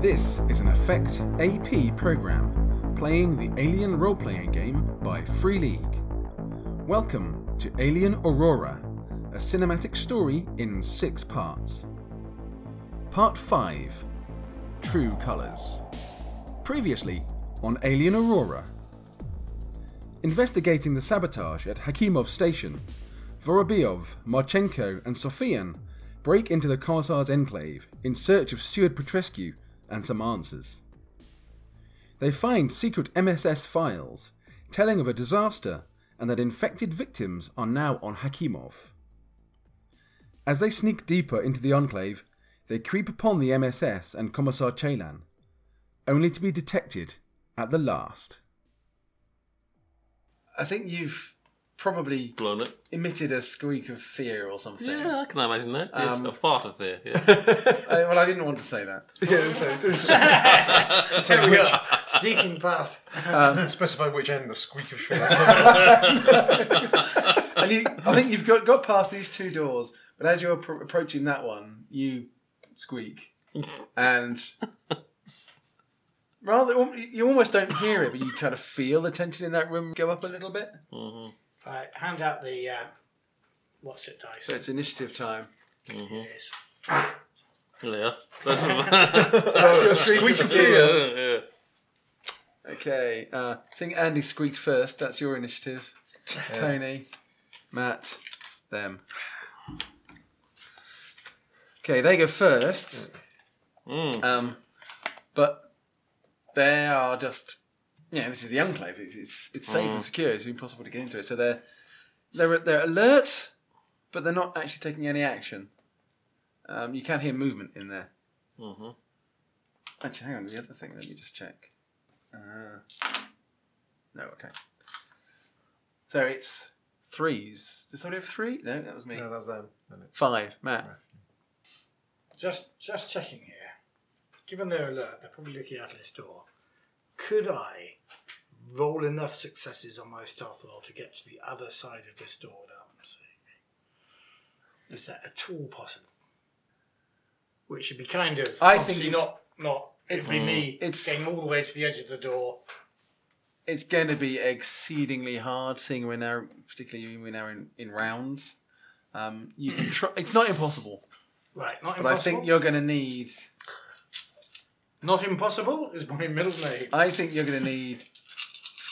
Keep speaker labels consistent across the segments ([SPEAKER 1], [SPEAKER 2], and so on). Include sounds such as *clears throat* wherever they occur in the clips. [SPEAKER 1] This is an Effect AP program playing the Alien role playing game by Free League. Welcome to Alien Aurora, a cinematic story in six parts. Part 5 True Colors. Previously on Alien Aurora. Investigating the sabotage at Hakimov Station, Vorobyov, Marchenko, and Sofian break into the Kharzar's enclave in search of Stuart Petrescu and some answers. They find secret MSS files telling of a disaster and that infected victims are now on Hakimov. As they sneak deeper into the enclave, they creep upon the MSS and Commissar Chelan, only to be detected at the last.
[SPEAKER 2] I think you've probably
[SPEAKER 3] blown it.
[SPEAKER 2] emitted a squeak of fear or something.
[SPEAKER 3] Yeah, I can imagine that. Yes,
[SPEAKER 2] Um,
[SPEAKER 3] a fart of fear. Yeah.
[SPEAKER 2] I- well, I didn't want to say that.
[SPEAKER 4] Here we are,
[SPEAKER 5] *laughs*
[SPEAKER 4] sneaking past.
[SPEAKER 2] Um,
[SPEAKER 5] Specify which end the squeak of fear.
[SPEAKER 2] And you, I think you've got, got past these two doors, but as you're appro- approaching that one, you squeak. And rather, al- you almost don't hear it, but you kind of feel the tension in that room go up a little bit.
[SPEAKER 4] Right, hand out the uh, what's it dice.
[SPEAKER 2] So it's initiative time.
[SPEAKER 4] It is.
[SPEAKER 3] *laughs* yeah. That's
[SPEAKER 2] That's your squeak of fear.
[SPEAKER 3] *laughs* yeah.
[SPEAKER 2] Okay, uh, I think Andy squeaked first. That's your initiative. Tony, Matt, them. Okay, they go first. Um, but they are just yeah. This is the enclave. It's it's, it's safe and secure. It's impossible to get into it. So they're they're they're alert, but they're not actually taking any action. Um, you can hear movement in there. Mm-hmm. Actually, hang on. The other thing. Let me just check. Uh, no, okay. So it's threes. Did somebody have three? No, that was me.
[SPEAKER 5] no, that was them. wasn't it?
[SPEAKER 2] Five, Matt.
[SPEAKER 4] Just just checking here. Given their alert, they're probably looking out of this door. Could I roll enough successes on my stealth roll to get to the other side of this door without them seeing me? Is that at all possible? Which would be kind of.
[SPEAKER 2] I
[SPEAKER 4] obviously
[SPEAKER 2] think it's- Hmm.
[SPEAKER 4] not not. It'd be me
[SPEAKER 2] It's-
[SPEAKER 4] getting all the way to the edge of the door.
[SPEAKER 2] It's going to be exceedingly hard, seeing we're now, particularly we're now in, in rounds. Um, you
[SPEAKER 5] *clears throat*
[SPEAKER 2] can try. It's not impossible,
[SPEAKER 4] Right,
[SPEAKER 2] but
[SPEAKER 4] not impossible.
[SPEAKER 2] I think you're going to need.
[SPEAKER 4] Not impossible is my middle *laughs* name.
[SPEAKER 2] I think you're going to need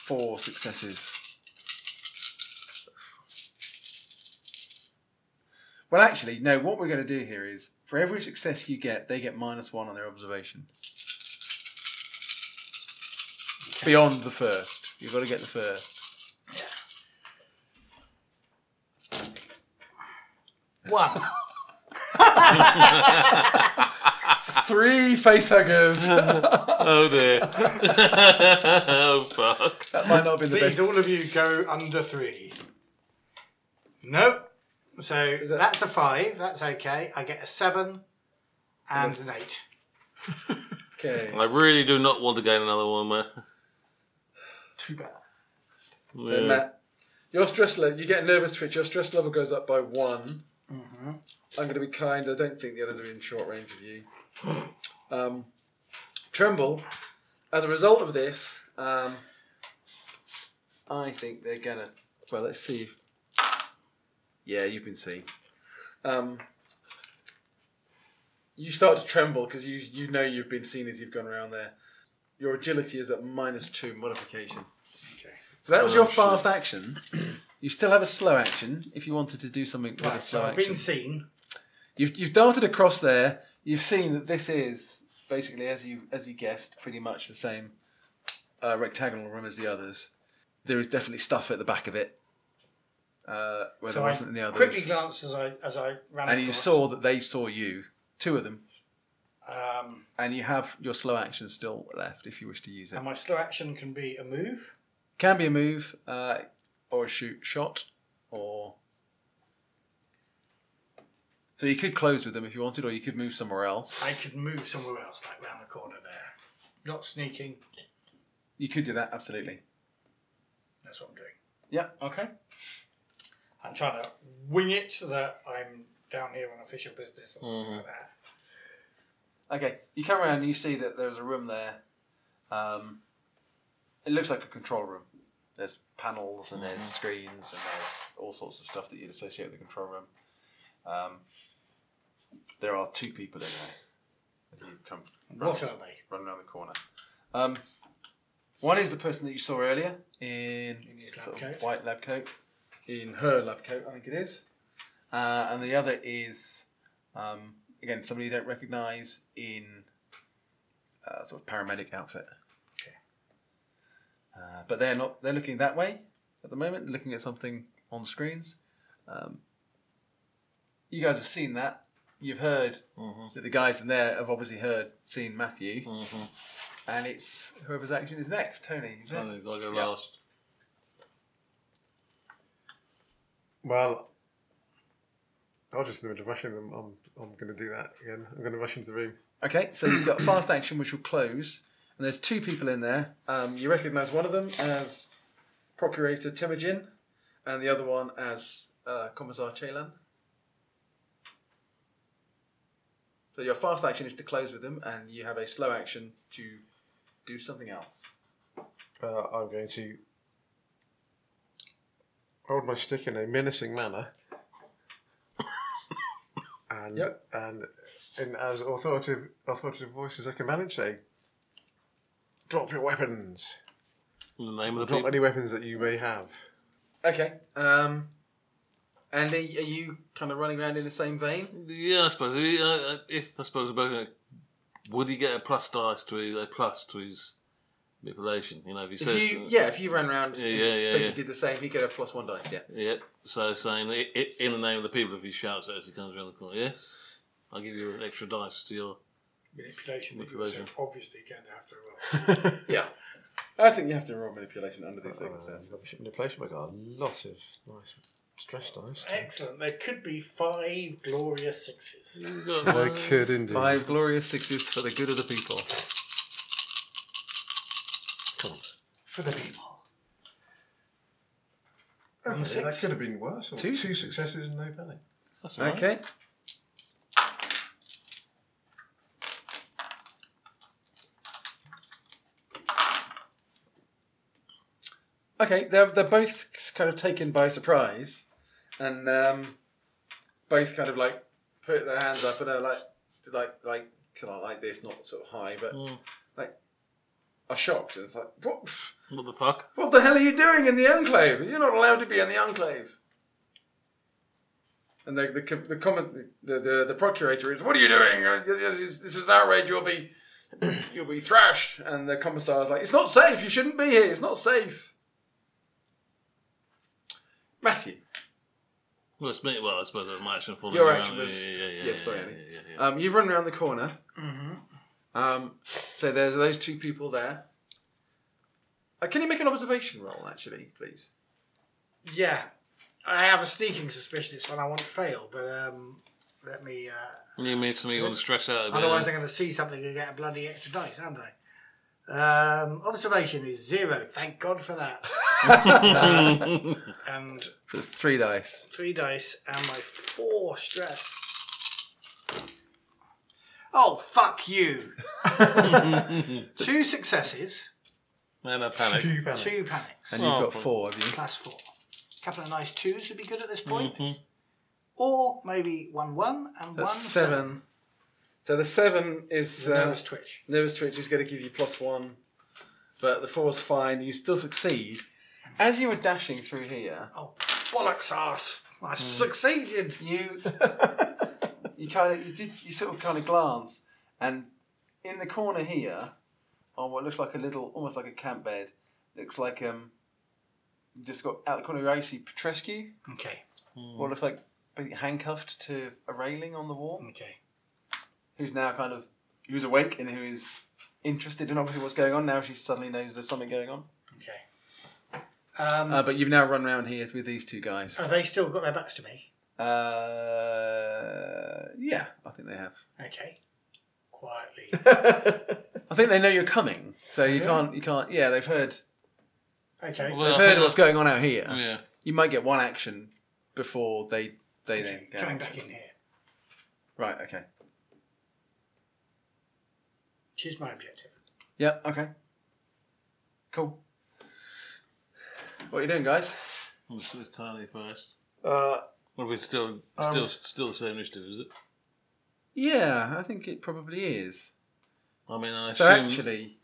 [SPEAKER 2] four successes. Well, actually, no. What we're going to do here is, for every success you get, they get minus one on their observation. Beyond the first, you've got to get the first.
[SPEAKER 4] One.
[SPEAKER 2] Three facehuggers.
[SPEAKER 3] Oh dear. *laughs* oh fuck.
[SPEAKER 2] that might not be the
[SPEAKER 4] Please,
[SPEAKER 2] best.
[SPEAKER 4] all of you go under three. Nope. So
[SPEAKER 2] that-
[SPEAKER 4] that's a five. That's okay. I get a seven and an eight.
[SPEAKER 2] Okay.
[SPEAKER 3] I really do not want to gain another one, man.
[SPEAKER 4] Too bad.
[SPEAKER 2] So
[SPEAKER 3] Yeah.
[SPEAKER 2] Matt, your stress level, you get a nervous twitch, your stress level goes up by one. I'm going to be kind, I don't think the others are in short range of you. Um, tremble, as a result of this, um, I think they're going to. Well, let's see. Yeah, you've been seen. Um, you start to tremble because you, you know you've been seen as you've gone around there. Your agility is at minus two modification.
[SPEAKER 4] Okay.
[SPEAKER 2] So that was
[SPEAKER 4] Oh,
[SPEAKER 2] your fast action. *clears throat* You still have a slow action if you wanted to do something with a
[SPEAKER 4] Right,
[SPEAKER 2] slow
[SPEAKER 4] so I've
[SPEAKER 2] action.
[SPEAKER 4] been seen.
[SPEAKER 2] You've, you've darted across there. You've seen that this is basically, as you as you guessed, pretty much the same uh, rectangular room as the others. There is definitely stuff at the back of it uh, where
[SPEAKER 4] So
[SPEAKER 2] there
[SPEAKER 4] I
[SPEAKER 2] wasn't in the
[SPEAKER 4] quickly
[SPEAKER 2] others.
[SPEAKER 4] glanced as I as I ran.
[SPEAKER 2] And you
[SPEAKER 4] across.
[SPEAKER 2] saw that they saw you, two of them,
[SPEAKER 4] Um,
[SPEAKER 2] and you have your slow action still left if you wish to use it.
[SPEAKER 4] and my slow action can be a move.
[SPEAKER 2] Can be a move uh, or a shoot shot or. So you could close with them if you wanted, or you could move somewhere else.
[SPEAKER 4] I could move somewhere else, like round the corner there. Not sneaking.
[SPEAKER 2] You could do that, absolutely.
[SPEAKER 4] That's what I'm doing.
[SPEAKER 2] Yeah, okay.
[SPEAKER 4] I'm trying to
[SPEAKER 2] Mm-hmm.
[SPEAKER 4] wing it so that I'm down here on official business or something like that.
[SPEAKER 2] Okay, you come around and you see that there's a room there. Um, it looks like a control room. There's panels and
[SPEAKER 4] Mm-hmm.
[SPEAKER 2] there's screens and there's all sorts of stuff that you'd associate with a control room. Um, there are two people in there as you come
[SPEAKER 4] What are they?
[SPEAKER 2] running around the corner. Um, one is the person that you saw earlier in,
[SPEAKER 4] In his lab
[SPEAKER 2] sort of
[SPEAKER 4] coat.
[SPEAKER 2] white lab coat, in her lab coat, I think it is. Uh, and the other is, um, again, somebody you don't recognise in uh, sort of paramedic outfit.
[SPEAKER 4] Okay.
[SPEAKER 2] Uh, but they're not. They're looking that way at the moment, looking at something on screens. Um, you guys have seen that. You've heard
[SPEAKER 3] Mm-hmm.
[SPEAKER 2] that the guys in there have obviously heard, seen Matthew. And it's whoever's action is next, Tony. Is it?
[SPEAKER 3] Tony's like a
[SPEAKER 2] Yeah.
[SPEAKER 3] last.
[SPEAKER 5] Well, I was just in the middle of rushing them. I'm, I'm going to do that again. I'm going to rush into the room.
[SPEAKER 2] Okay, so you've got fast action, which will close. And there's two people in there. Um, you recognise one of them as Procurator Temujin, and the other one as uh, Commissar Chelan. So your fast action is to close with them, and you have a slow action to do something else.
[SPEAKER 5] Uh, I'm going to hold my stick in a menacing manner. And,
[SPEAKER 2] Yep.
[SPEAKER 5] and in as authoritative, authoritative voice as I can manage, say, drop your weapons.
[SPEAKER 3] In the name of the
[SPEAKER 5] Drop
[SPEAKER 3] people.
[SPEAKER 5] any weapons that you may have.
[SPEAKER 2] Okay. Um, and are, are you kind of running around in the same vein?
[SPEAKER 3] Yeah, I suppose. If, uh, if I suppose about it, would he get a plus dice to his, a plus to his manipulation? You know, if he
[SPEAKER 2] If
[SPEAKER 3] says
[SPEAKER 2] you, yeah, if you ran around,
[SPEAKER 3] Yeah, yeah, yeah,
[SPEAKER 2] basically
[SPEAKER 3] yeah.
[SPEAKER 2] did the same, he could have plus one dice. Yeah.
[SPEAKER 3] Yep. So saying that i- i- in the name of the people, if he shouts out as he comes around the corner, yes, I'll give you an extra dice
[SPEAKER 2] *laughs*
[SPEAKER 3] to your.
[SPEAKER 4] Manipulation. that
[SPEAKER 3] Manipulation.
[SPEAKER 4] You're so obviously going to have to roll.
[SPEAKER 2] Yeah. I think you have to roll manipulation under these
[SPEAKER 5] Uh, manipulation, I got a lot of nice stress dice.
[SPEAKER 4] *laughs* Excellent. There could be five glorious sixes.
[SPEAKER 3] You've got
[SPEAKER 5] I
[SPEAKER 3] one,
[SPEAKER 5] could indeed.
[SPEAKER 2] Five glorious sixes for the good of the people.
[SPEAKER 4] For the people.
[SPEAKER 5] Okay, that
[SPEAKER 4] six.
[SPEAKER 5] could have been worse. Or
[SPEAKER 2] Two
[SPEAKER 5] two,
[SPEAKER 2] sixes.
[SPEAKER 5] successes and no penny.
[SPEAKER 3] That's all right.
[SPEAKER 2] Okay. Okay, they're, they're both kind of taken by surprise, and um, both kind of like put their hands up and are like, like, like, kind of like this, not sort of high, but
[SPEAKER 3] Mm.
[SPEAKER 2] like, are shocked. And it's like, what?
[SPEAKER 3] What the fuck?
[SPEAKER 2] What the hell are you doing in the enclave? You're not allowed to be in the enclave. And the the co- the, comment, the, the the procurator is, "What are you doing? Uh, This is, this is an outrage. You'll be *clears throat* you'll be thrashed." And the commissar is like, "It's not safe. You shouldn't be here. It's not safe." Matthew,
[SPEAKER 3] Well, it's me. Well, I suppose that was my action. following
[SPEAKER 2] Your
[SPEAKER 3] around.
[SPEAKER 2] action was-
[SPEAKER 3] Yeah, yeah, yeah.
[SPEAKER 2] yeah,
[SPEAKER 3] yeah,
[SPEAKER 2] sorry,
[SPEAKER 3] yeah,
[SPEAKER 2] Andy.
[SPEAKER 3] yeah, yeah.
[SPEAKER 2] um, you've run around the corner. Um, so there's those two people there. Uh, can you make an observation roll, actually, please?
[SPEAKER 4] Yeah. I have a sneaking suspicion it's one I want to fail, but um, let me. Uh,
[SPEAKER 3] You mean something you want to stress out a bit?
[SPEAKER 4] Otherwise, I'm going to see something and get a bloody extra dice, aren't I? Um, observation is zero. Thank God for that. *laughs* and
[SPEAKER 2] So it's three dice.
[SPEAKER 4] three dice and my four stress. Oh
[SPEAKER 2] *laughs*
[SPEAKER 4] fuck you! two successes,
[SPEAKER 3] And I panic.
[SPEAKER 5] Two pennies.
[SPEAKER 4] two panics,
[SPEAKER 2] And you've
[SPEAKER 3] Oh,
[SPEAKER 2] got
[SPEAKER 3] cool.
[SPEAKER 2] four of you.
[SPEAKER 4] plus four. A couple of nice twos would be good at this point. Or maybe one one and
[SPEAKER 2] Mm-hmm. That's
[SPEAKER 4] one
[SPEAKER 2] seven. So the seven is
[SPEAKER 4] seven.
[SPEAKER 2] uh,
[SPEAKER 4] Nervous twitch.
[SPEAKER 2] Nervous Twitch is going to give you plus one, but the four's fine. You still succeed. As you were dashing through here,
[SPEAKER 4] Oh bollocks ass! I
[SPEAKER 2] Mm.
[SPEAKER 4] succeeded.
[SPEAKER 2] you you kind of you did you sort of kind of glance, and in the corner here, on what looks like a little, almost like a camp bed, looks like um, you just got out the corner of your eye, you see Petrescu,
[SPEAKER 4] Okay.
[SPEAKER 2] what looks like basically handcuffed to a railing on the wall.
[SPEAKER 4] Okay.
[SPEAKER 2] who's now kind of who's awake and who is interested in obviously what's going on. Now she suddenly knows there's something going on.
[SPEAKER 4] Okay. Um,
[SPEAKER 2] Uh, but you've now run around here with these two guys.
[SPEAKER 4] Have they still got their backs to me?
[SPEAKER 2] Uh, yeah, I think *laughs* they have.
[SPEAKER 4] Okay. Quietly.
[SPEAKER 2] I think they know you're coming, so you can't. You can't. Yeah, they've heard. *laughs*
[SPEAKER 4] Okay.
[SPEAKER 3] Well,
[SPEAKER 2] They've
[SPEAKER 3] I
[SPEAKER 2] heard
[SPEAKER 3] think
[SPEAKER 2] what's
[SPEAKER 3] that-
[SPEAKER 2] going on out here.
[SPEAKER 3] Yeah.
[SPEAKER 2] You might get one action before they they then go.
[SPEAKER 4] Coming
[SPEAKER 2] action.
[SPEAKER 4] back in here.
[SPEAKER 2] Right. Okay.
[SPEAKER 4] Choose my objective.
[SPEAKER 2] Yeah, okay. Cool. What are you doing, guys?
[SPEAKER 3] I'm just gonna tiny first.
[SPEAKER 5] Uh,
[SPEAKER 3] Well, it's still
[SPEAKER 2] Um,
[SPEAKER 3] still still the same initiative, is it?
[SPEAKER 2] Yeah, I think it probably is.
[SPEAKER 3] I mean, I
[SPEAKER 2] So
[SPEAKER 3] assume
[SPEAKER 2] actually,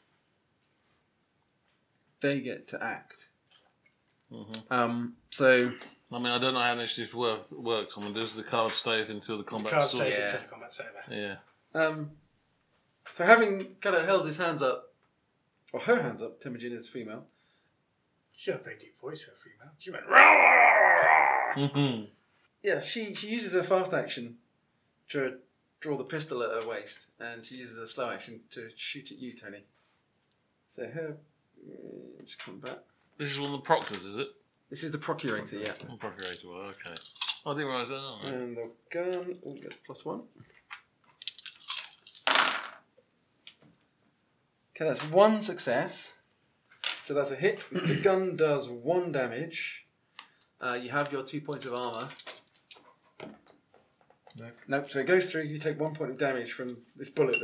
[SPEAKER 2] they get to act.
[SPEAKER 3] Mm-hmm.
[SPEAKER 2] Um, so
[SPEAKER 3] I mean, I don't know how initiative work, works. I mean, does the card stay until the combat
[SPEAKER 4] Card
[SPEAKER 3] starts?
[SPEAKER 4] stays
[SPEAKER 2] yeah.
[SPEAKER 4] until the combat's over.
[SPEAKER 3] Yeah.
[SPEAKER 2] Um, so having kind of held his hands up, or her hands up, Temujin is female.
[SPEAKER 4] Sure, they deep voice for a female. She went.
[SPEAKER 3] Mm-hmm.
[SPEAKER 2] Yeah, she, she uses her fast action to draw the pistol at her waist, and she uses her slow action to shoot at you, Tony. So her. mm, Just come back.
[SPEAKER 3] This is one of the proctors, is it?
[SPEAKER 2] This is the procurator, yeah.
[SPEAKER 3] I'm procurator. Well, okay. I didn't realise that. all right.
[SPEAKER 2] And the gun all gets plus one. Okay, that's one success. So that's a hit. *coughs* The gun does one damage. Uh, you have your two points of armor.
[SPEAKER 5] Nope.
[SPEAKER 2] Nope. So it goes through. You take one point of damage from this bullet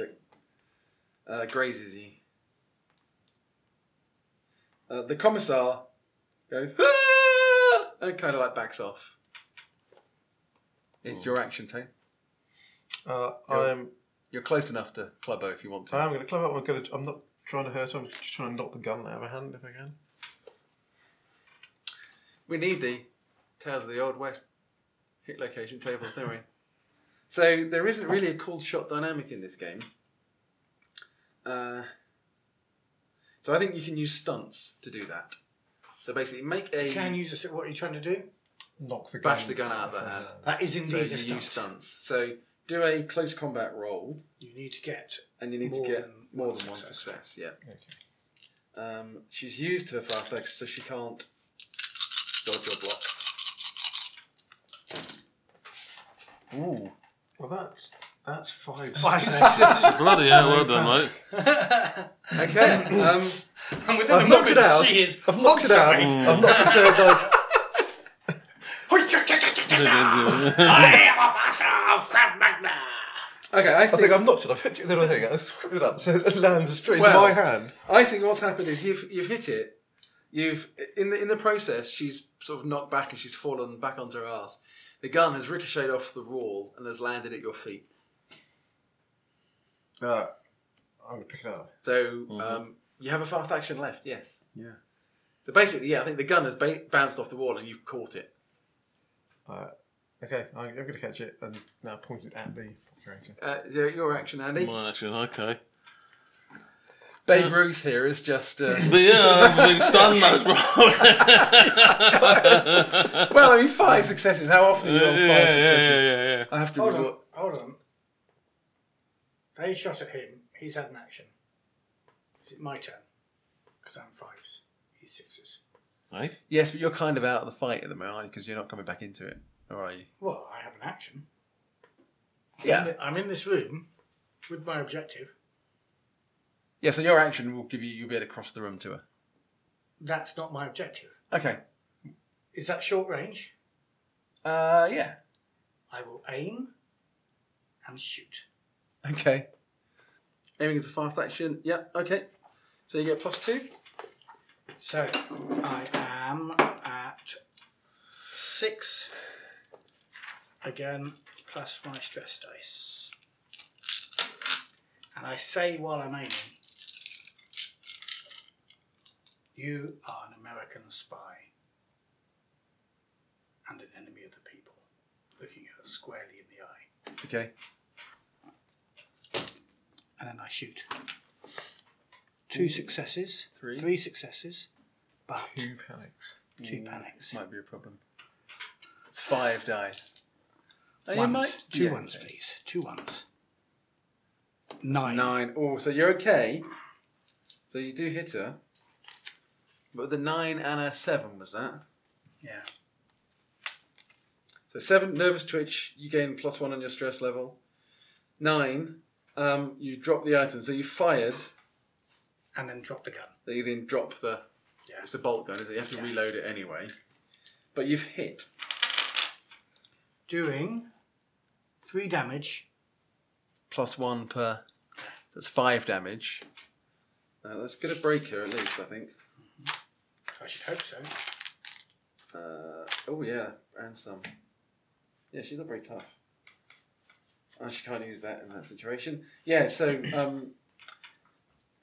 [SPEAKER 2] that uh, grazes you. Uh, the commissar goes "Ah!" and kind of like backs off. It's your action, Tane.
[SPEAKER 5] uh,
[SPEAKER 2] Yeah.
[SPEAKER 5] I'm
[SPEAKER 2] You're close enough to Clubbo if you want to.
[SPEAKER 5] I'm going to club up. I'm going to. I'm not trying to hurt. her, I'm just trying to knock the gun out of her hand if I can.
[SPEAKER 2] we need the Tales of the Old West hit location tables, don't we? *laughs* So there isn't really a cool shot dynamic in this game. Uh, so I think you can use stunts to do that. So basically, make a
[SPEAKER 4] Can you just what are you trying to do?
[SPEAKER 5] Knock the gun.
[SPEAKER 2] bash the gun out of her hand.
[SPEAKER 4] That is
[SPEAKER 2] So
[SPEAKER 4] indeed
[SPEAKER 2] you
[SPEAKER 4] a stunt.
[SPEAKER 2] use stunts. So do a close combat roll,
[SPEAKER 4] You need to get.
[SPEAKER 2] and you need
[SPEAKER 4] More
[SPEAKER 2] to get
[SPEAKER 4] than
[SPEAKER 2] more
[SPEAKER 4] one
[SPEAKER 2] than one
[SPEAKER 4] success.
[SPEAKER 2] success. Yeah. Um, she's used her fast action, so she can't dodge or
[SPEAKER 4] *laughs*
[SPEAKER 2] block. Ooh.
[SPEAKER 5] Well, that's that's five.
[SPEAKER 4] Five
[SPEAKER 5] success.
[SPEAKER 4] successes.
[SPEAKER 3] Bloody hell! Well done, mate.
[SPEAKER 2] Okay. um,
[SPEAKER 4] and within
[SPEAKER 5] I've
[SPEAKER 4] a
[SPEAKER 5] knocked
[SPEAKER 4] moment,
[SPEAKER 5] it out.
[SPEAKER 4] she *laughs* is.
[SPEAKER 5] I've knocked it out. I've knocked it out. Like,
[SPEAKER 4] *laughs*
[SPEAKER 3] *laughs*
[SPEAKER 4] I am a master of Krav Maga.
[SPEAKER 2] okay. I
[SPEAKER 5] I
[SPEAKER 2] think,
[SPEAKER 5] think I've knocked it. I've hit it. Then I think I screwed it up. So it lands straight
[SPEAKER 2] Well-
[SPEAKER 5] in my hand.
[SPEAKER 2] I think what's happened is you've you've hit it. You've in the in the process, she's sort of knocked back and she's fallen back onto her ass. The gun has ricocheted off the wall and has landed at your feet.
[SPEAKER 5] Uh, I'm going to pick it up.
[SPEAKER 2] So um, you have a fast action left. Yes.
[SPEAKER 5] Yeah.
[SPEAKER 2] So basically, yeah, I think the gun has ba- bounced off the wall and you've caught it.
[SPEAKER 5] Uh, okay, I'm, I'm going to catch it and now point it at the operator.
[SPEAKER 2] Uh, your your action, Andy.
[SPEAKER 3] My action. Okay.
[SPEAKER 2] Babe Ruth here is just. Uh,
[SPEAKER 3] *laughs* But yeah, I'm being stunned. That's right.
[SPEAKER 2] well, I mean, five successes. How often are you
[SPEAKER 3] yeah,
[SPEAKER 2] on five
[SPEAKER 3] yeah,
[SPEAKER 2] successes?
[SPEAKER 3] yeah, yeah, yeah.
[SPEAKER 2] I have to.
[SPEAKER 4] Hold on,
[SPEAKER 2] reward-
[SPEAKER 4] hold on. They shot at him. He's had an action. Is it my turn? Because I'm fives. He's sixes.
[SPEAKER 3] Right?
[SPEAKER 2] Yes, but you're kind of out of the fight at the moment, aren't you? Because you're not coming back into it, or are you?
[SPEAKER 4] Well, I have an action.
[SPEAKER 2] Yeah.
[SPEAKER 4] I'm in this room with my objective.
[SPEAKER 2] Yeah. So your action will give you. You'll be able to cross the room to her.
[SPEAKER 4] That's not my objective.
[SPEAKER 2] Okay.
[SPEAKER 4] Is that short range?
[SPEAKER 2] Uh. Yeah.
[SPEAKER 4] I will aim and shoot.
[SPEAKER 2] Okay. Aiming is a fast action. Yeah. Okay. So you get plus two.
[SPEAKER 4] So I am at six. Again, plus my stress dice. And I say while I'm aiming, you are an American spy and an enemy of the people, looking her squarely in the eye.
[SPEAKER 2] Okay.
[SPEAKER 4] and then I shoot. Two successes,
[SPEAKER 2] Three.
[SPEAKER 4] three successes, but
[SPEAKER 5] Two panics.
[SPEAKER 4] two panics.
[SPEAKER 2] Might be a problem. It's five dice. And you
[SPEAKER 4] Ones.
[SPEAKER 2] might-
[SPEAKER 4] two
[SPEAKER 2] yeah,
[SPEAKER 4] ones,
[SPEAKER 2] okay.
[SPEAKER 4] please. Two ones. Nine.
[SPEAKER 2] Nine. Oh, so you're okay. So you do hit her. But the nine and a seven was that.
[SPEAKER 4] Yeah.
[SPEAKER 2] So seven nervous twitch. You gain plus one on your stress level. Nine. Um, you drop the item. So you fired.
[SPEAKER 4] And then drop the gun.
[SPEAKER 2] That you then drop the.
[SPEAKER 4] Yeah.
[SPEAKER 2] It's the bolt gun, is it? You have to reload it anyway. But you've hit.
[SPEAKER 4] Doing three damage.
[SPEAKER 2] Plus one per. that's five damage. Uh, that's going to break her at least, I think.
[SPEAKER 4] I should hope so.
[SPEAKER 2] Uh, oh yeah, and some. Yeah, she's not very tough. Oh, she can't use that in that situation. Yeah, so um,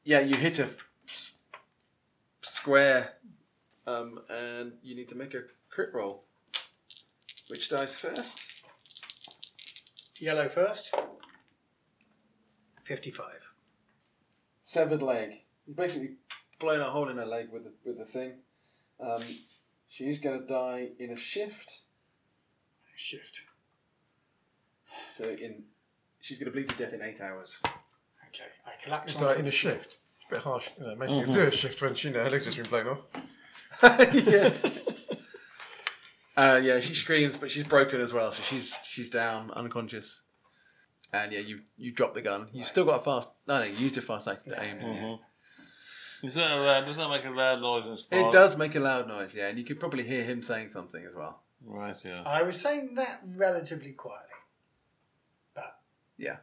[SPEAKER 2] yeah, you hit a f- square, um, and you need to make a crit roll. Which dies first?
[SPEAKER 4] Yellow first. 55.
[SPEAKER 2] Severed leg. You basically blown a hole in her leg with the, with the thing. Um, she's going to die in a shift.
[SPEAKER 4] Shift.
[SPEAKER 2] So in, she's going to bleed to death in eight hours. *laughs*
[SPEAKER 4] Okay, I collapse
[SPEAKER 5] Like
[SPEAKER 4] onto
[SPEAKER 5] in a
[SPEAKER 4] the
[SPEAKER 5] shift. It's a bit harsh. You know, imagine you do a shift when she, you know, her legs just been blown off.
[SPEAKER 2] yeah. Uh, yeah, she screams, but she's broken as well, so she's she's down, unconscious. And yeah, you you drop the gun. You still got a fast. No, no, you used your fast act to aim. didn't you?
[SPEAKER 3] Mm-hmm. Is that a loud? Does that make a loud noise? And spark?
[SPEAKER 2] It does make a loud noise, yeah, and you could probably hear him saying something as well.
[SPEAKER 3] Right. Yeah.
[SPEAKER 4] I was saying that relatively quietly. But
[SPEAKER 2] Yeah.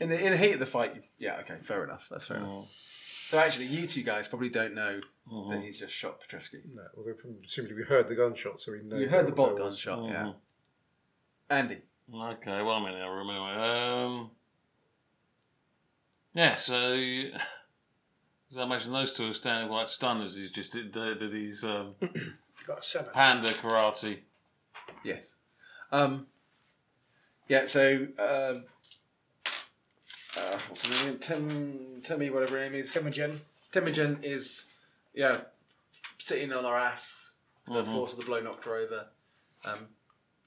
[SPEAKER 2] In the in the heat of the fight, you- yeah, okay, fair enough. That's
[SPEAKER 3] Mm.
[SPEAKER 2] fair enough.
[SPEAKER 3] Mm-hmm.
[SPEAKER 2] So actually, you two guys probably don't know that
[SPEAKER 3] Mm.
[SPEAKER 2] he's just shot Petrescu.
[SPEAKER 5] No, although presumably we heard the gunshot, so we know.
[SPEAKER 2] You heard the bolt
[SPEAKER 5] there
[SPEAKER 2] gun
[SPEAKER 5] was-
[SPEAKER 2] shot, yeah. Andy,
[SPEAKER 3] Okay. One minute. I remember. Um. Yeah. So. *laughs* you- So I imagine those two are standing quite stunned as he's just did, did his um, *laughs*
[SPEAKER 4] you got a seven.
[SPEAKER 3] panda karate.
[SPEAKER 2] Yes. Um, yeah, so. Um, uh, what's her name? Tim, Timmy, whatever her name is.
[SPEAKER 4] Timogen.
[SPEAKER 2] Timogen is, yeah, sitting on her ass. The force of the blow knocked her over. Um,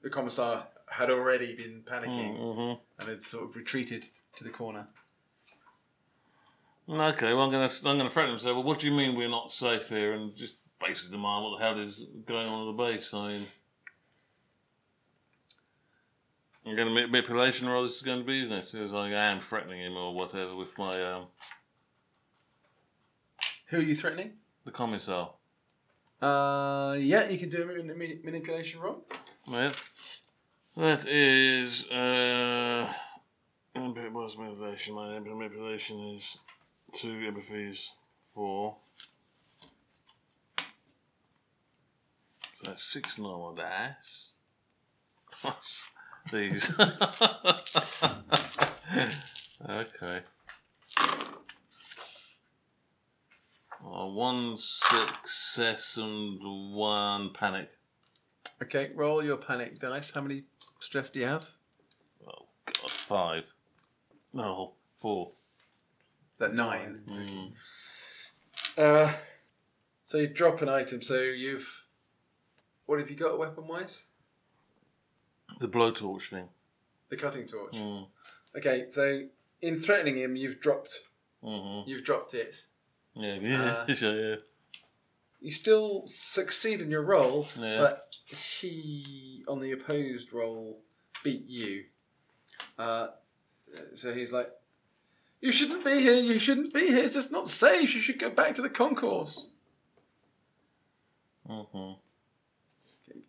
[SPEAKER 2] the commissar had already been panicking
[SPEAKER 3] Mm-hmm.
[SPEAKER 2] and had sort of retreated to the corner.
[SPEAKER 3] Okay, well, I'm going to I'm going to threaten him. and Say, well, what do you mean we're not safe here? And just basically demand what the hell is going on at the base. I mean, I'm going to make manipulation or this is going to be, isn't it? So it's like I am threatening him or whatever with my um,
[SPEAKER 2] Who are you threatening?
[SPEAKER 3] the commissar.
[SPEAKER 2] Uh, yeah, you can do a mani- mani- manipulation roll.
[SPEAKER 3] Well, that is uh, it was manipulation. My manipulation is two empathies, four. So that's six normal dice. Plus these. *laughs* okay. Oh, one success and one panic.
[SPEAKER 2] Okay, roll your panic dice. How many stress do you have?
[SPEAKER 3] Oh god, five. No, four.
[SPEAKER 2] Is that nine?
[SPEAKER 3] Mm.
[SPEAKER 2] Uh, so you drop an item. So you've what have you got weapon wise?
[SPEAKER 3] The blowtorch thing.
[SPEAKER 2] The cutting torch.
[SPEAKER 3] Mm.
[SPEAKER 2] Okay, so in threatening him, you've dropped
[SPEAKER 3] Mm-hmm.
[SPEAKER 2] you've dropped it.
[SPEAKER 3] Yeah, *laughs* yeah,
[SPEAKER 2] Uh,
[SPEAKER 3] yeah, yeah.
[SPEAKER 2] You still succeed in your roll,
[SPEAKER 3] Yeah.
[SPEAKER 2] but he on the opposed roll beat you. Uh, so he's like, "You shouldn't be here. You shouldn't be here. It's just not safe. You should go back to the concourse."
[SPEAKER 3] Mm-hmm.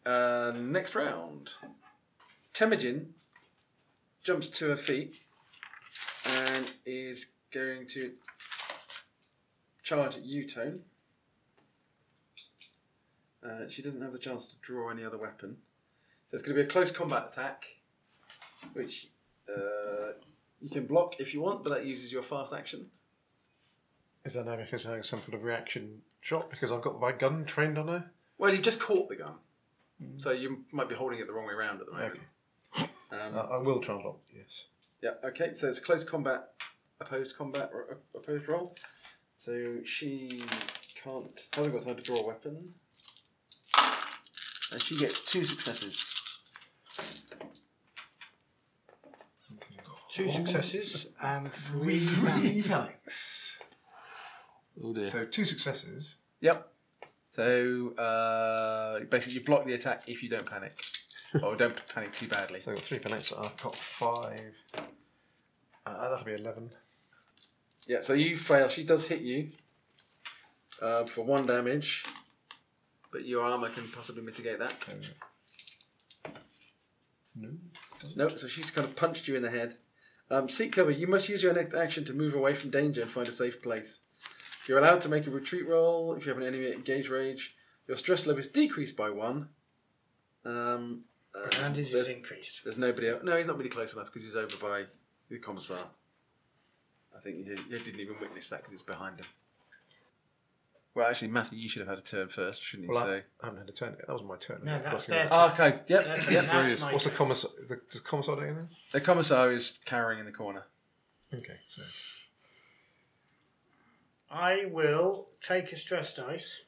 [SPEAKER 2] Uh, next round. Temujin jumps to her feet and is going to charge at Utone. Uh, she doesn't have the chance to draw any other weapon. So it's going to be a close combat attack, which uh, you can block if you want, but that uses your fast action.
[SPEAKER 5] Is that now because I have some sort of reaction shot? Because I've got my gun trained on her?
[SPEAKER 2] Well, you've just caught the gun, so you might be holding it the wrong way round at the moment. Um,
[SPEAKER 5] I, I will try and lock, yes.
[SPEAKER 2] Yeah, okay, so it's close combat, opposed combat, or o- opposed roll. So she can't, hasn't got time to draw a weapon. And she gets two successes.
[SPEAKER 4] Two successes and three. panic.
[SPEAKER 5] Yikes.
[SPEAKER 3] Oh dear.
[SPEAKER 5] So two successes.
[SPEAKER 2] Yep. So uh, basically, you block the attack if you don't panic. or don't panic too badly.
[SPEAKER 5] So I've got three panics. I've got five. Uh, that'll be 11.
[SPEAKER 2] Yeah, so you fail. She does hit you uh, for one damage, but your armor can possibly mitigate that.
[SPEAKER 5] Um, no.
[SPEAKER 2] Nope, so she's kind of punched you in the head Um, seek cover. You must use your next action to move away from danger and find a safe place. You're allowed to make a retreat roll if you have an enemy at engage range. Your stress level is decreased by one. Um, uh,
[SPEAKER 4] And is
[SPEAKER 2] there's,
[SPEAKER 4] is increased.
[SPEAKER 2] there's nobody else. No, he's not really close enough because he's over by the commissar. I think he, he didn't even witness that because it's behind him. Well, actually, Matthew, you should have had a turn first, shouldn't you?
[SPEAKER 5] Well, I,
[SPEAKER 2] so.
[SPEAKER 5] I haven't had a turn yet. That was my turn.
[SPEAKER 4] No,
[SPEAKER 5] I'm
[SPEAKER 4] that's
[SPEAKER 5] blocking
[SPEAKER 4] their
[SPEAKER 5] that.
[SPEAKER 2] Oh, okay. Yep.
[SPEAKER 4] That's,
[SPEAKER 2] yep.
[SPEAKER 4] that's my
[SPEAKER 5] What's the commissar? The, does commissar do anything?
[SPEAKER 2] The commissar is cowering in the corner.
[SPEAKER 5] Okay, so
[SPEAKER 4] I will take a stress dice,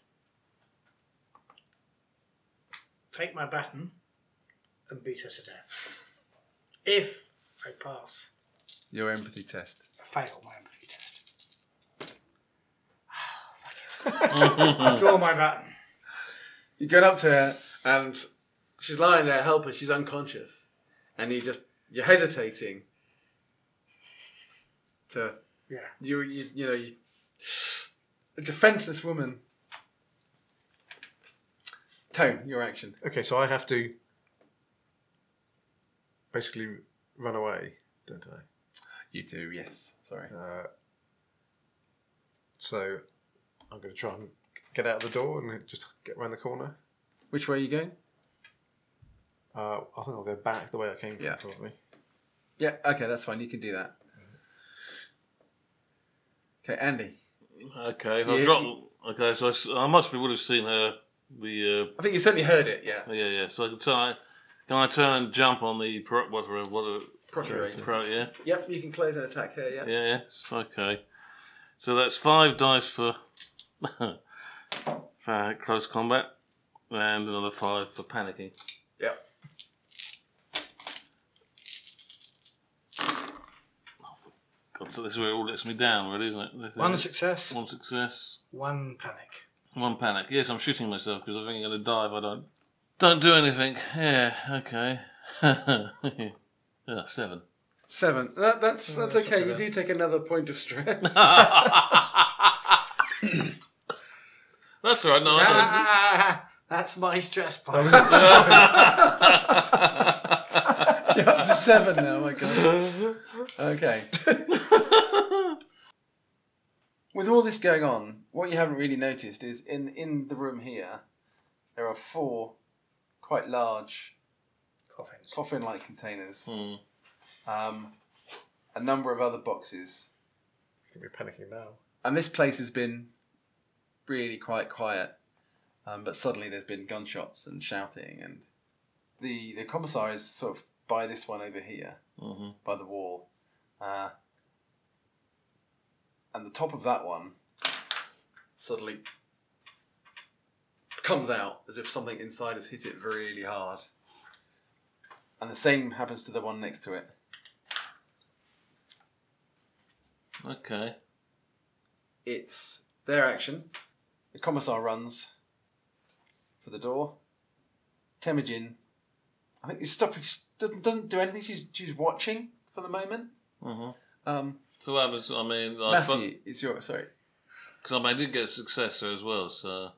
[SPEAKER 4] take my baton, and beat her to death. If I pass,
[SPEAKER 2] Your empathy test.
[SPEAKER 4] I fail my empathy test. Ah, fuck it. *laughs* Draw my baton.
[SPEAKER 2] You get up to her, and she's lying there, help her, she's unconscious. And you just, you're hesitating to,
[SPEAKER 4] Yeah.
[SPEAKER 2] you, you, you know, you, a defenseless woman. Tone, your action.
[SPEAKER 5] okay, so I have to basically run away, don't I?
[SPEAKER 2] You too, yes. Sorry.
[SPEAKER 5] Uh, so I'm going to try and get out of the door and just get round the corner.
[SPEAKER 2] Which way are you going?
[SPEAKER 5] Uh, I think I'll go back the way I came from,
[SPEAKER 2] Yeah.
[SPEAKER 5] probably.
[SPEAKER 2] Yeah, okay, that's fine. You can do that. Okay, Andy.
[SPEAKER 3] Okay, I
[SPEAKER 2] Yeah,
[SPEAKER 3] dropped. Okay, so I s- I, must be would have seen her. The
[SPEAKER 2] I think you certainly heard it, yeah.
[SPEAKER 3] uh, yeah, yeah. So I can turn. Can I turn and jump on the pro, whatever, whatever,
[SPEAKER 2] Procurator.
[SPEAKER 3] pro, yeah,
[SPEAKER 2] Yep, you can close and attack her, yeah.
[SPEAKER 3] yeah, yeah. it's okay. So that's five dice for, *laughs* for close combat, and another five for panicking.
[SPEAKER 2] Yep.
[SPEAKER 3] Oh, God, so this is where it all lets me down, really, isn't it? This is-
[SPEAKER 4] One success,
[SPEAKER 3] one success.
[SPEAKER 4] one panic.
[SPEAKER 3] One panic. Yes, I'm shooting myself because I think I'm going to die if I don't don't do anything. Yeah. Okay. *laughs* Ah, seven.
[SPEAKER 2] Seven. That, that's Oh, that's okay. You do take another point of stress.
[SPEAKER 3] *laughs* That's all right. No, I
[SPEAKER 4] Ah, that's my stress point.
[SPEAKER 2] You're up to seven now. My God. Okay. *laughs* With all this going on, what you haven't really noticed is in in the room here, there are four quite large
[SPEAKER 4] Coffins.
[SPEAKER 2] coffin-like containers,
[SPEAKER 3] *laughs* Hmm.
[SPEAKER 2] um, a number of other boxes,
[SPEAKER 5] I think we're panicking now.
[SPEAKER 2] and this place has been really quite quiet. Um, but suddenly there's been gunshots and shouting, and the the commissar is sort of by this one over here,
[SPEAKER 3] Mhm.
[SPEAKER 2] by the wall, uh, and the top of that one suddenly comes out as if something inside has hit it really hard, and the same happens to the one next to it.
[SPEAKER 3] didn't. Okay.
[SPEAKER 2] It's their action. The commissar runs for the door. Temujin, I think he's stopping. she Doesn't doesn't do anything. She's she's watching for the moment.
[SPEAKER 3] Mhm.
[SPEAKER 2] Um,
[SPEAKER 3] So what happens? I mean, I
[SPEAKER 2] Matthew, it's your sorry.
[SPEAKER 3] because I, mean, I did get a successor as well. So,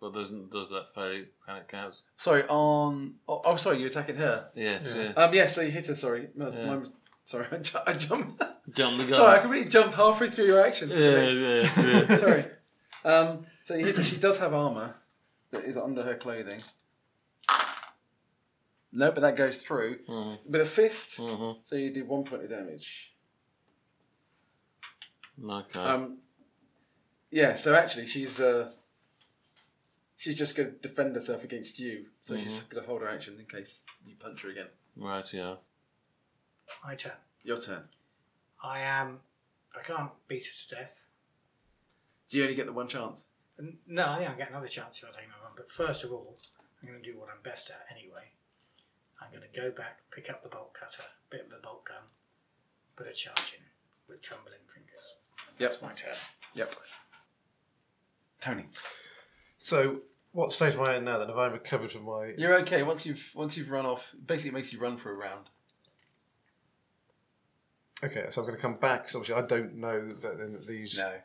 [SPEAKER 3] but doesn't does that fail? Panic counts.
[SPEAKER 2] Sorry on. Oh, oh, sorry, you're attacking her.
[SPEAKER 3] Yes. Yeah.
[SPEAKER 2] Um, yeah, so you hit her. Sorry, No,
[SPEAKER 3] Yeah.
[SPEAKER 2] mine was- sorry, *laughs* I, ju- I jumped.
[SPEAKER 3] Jump the gun.
[SPEAKER 2] sorry, I completely jumped halfway through your action. to the
[SPEAKER 3] yeah.
[SPEAKER 2] next.
[SPEAKER 3] Yeah. Yeah.
[SPEAKER 2] *laughs* Sorry. Um, so you hit her. She does have armor that is under her clothing. No, but that goes through
[SPEAKER 3] Mhm.
[SPEAKER 2] with a fist.
[SPEAKER 3] Mhm.
[SPEAKER 2] So you did one point of damage.
[SPEAKER 3] Okay.
[SPEAKER 2] Um, yeah. So actually, she's uh, she's just going to defend herself against you. So she's going to hold her action in case you punch her again.
[SPEAKER 3] right. Yeah.
[SPEAKER 4] My turn.
[SPEAKER 2] Your turn.
[SPEAKER 4] I am. I can't beat her to death.
[SPEAKER 2] Do you only get the one chance?
[SPEAKER 4] N- No, I think I'll get another chance if I take my one. But first of all, I'm going to do what I'm best at anyway. I'm going to go back, pick up the bolt cutter, bit of the bolt gun, put a charge in with trembling fingers.
[SPEAKER 2] Yep.
[SPEAKER 4] That's my turn.
[SPEAKER 2] Yep. Tony,
[SPEAKER 5] So, what state am I in now? Then have I recovered from my?
[SPEAKER 2] you're okay once you've once you've run off. Basically, it makes you run for a round.
[SPEAKER 5] Okay, so I'm going to come back. So obviously, I don't know that, that these kind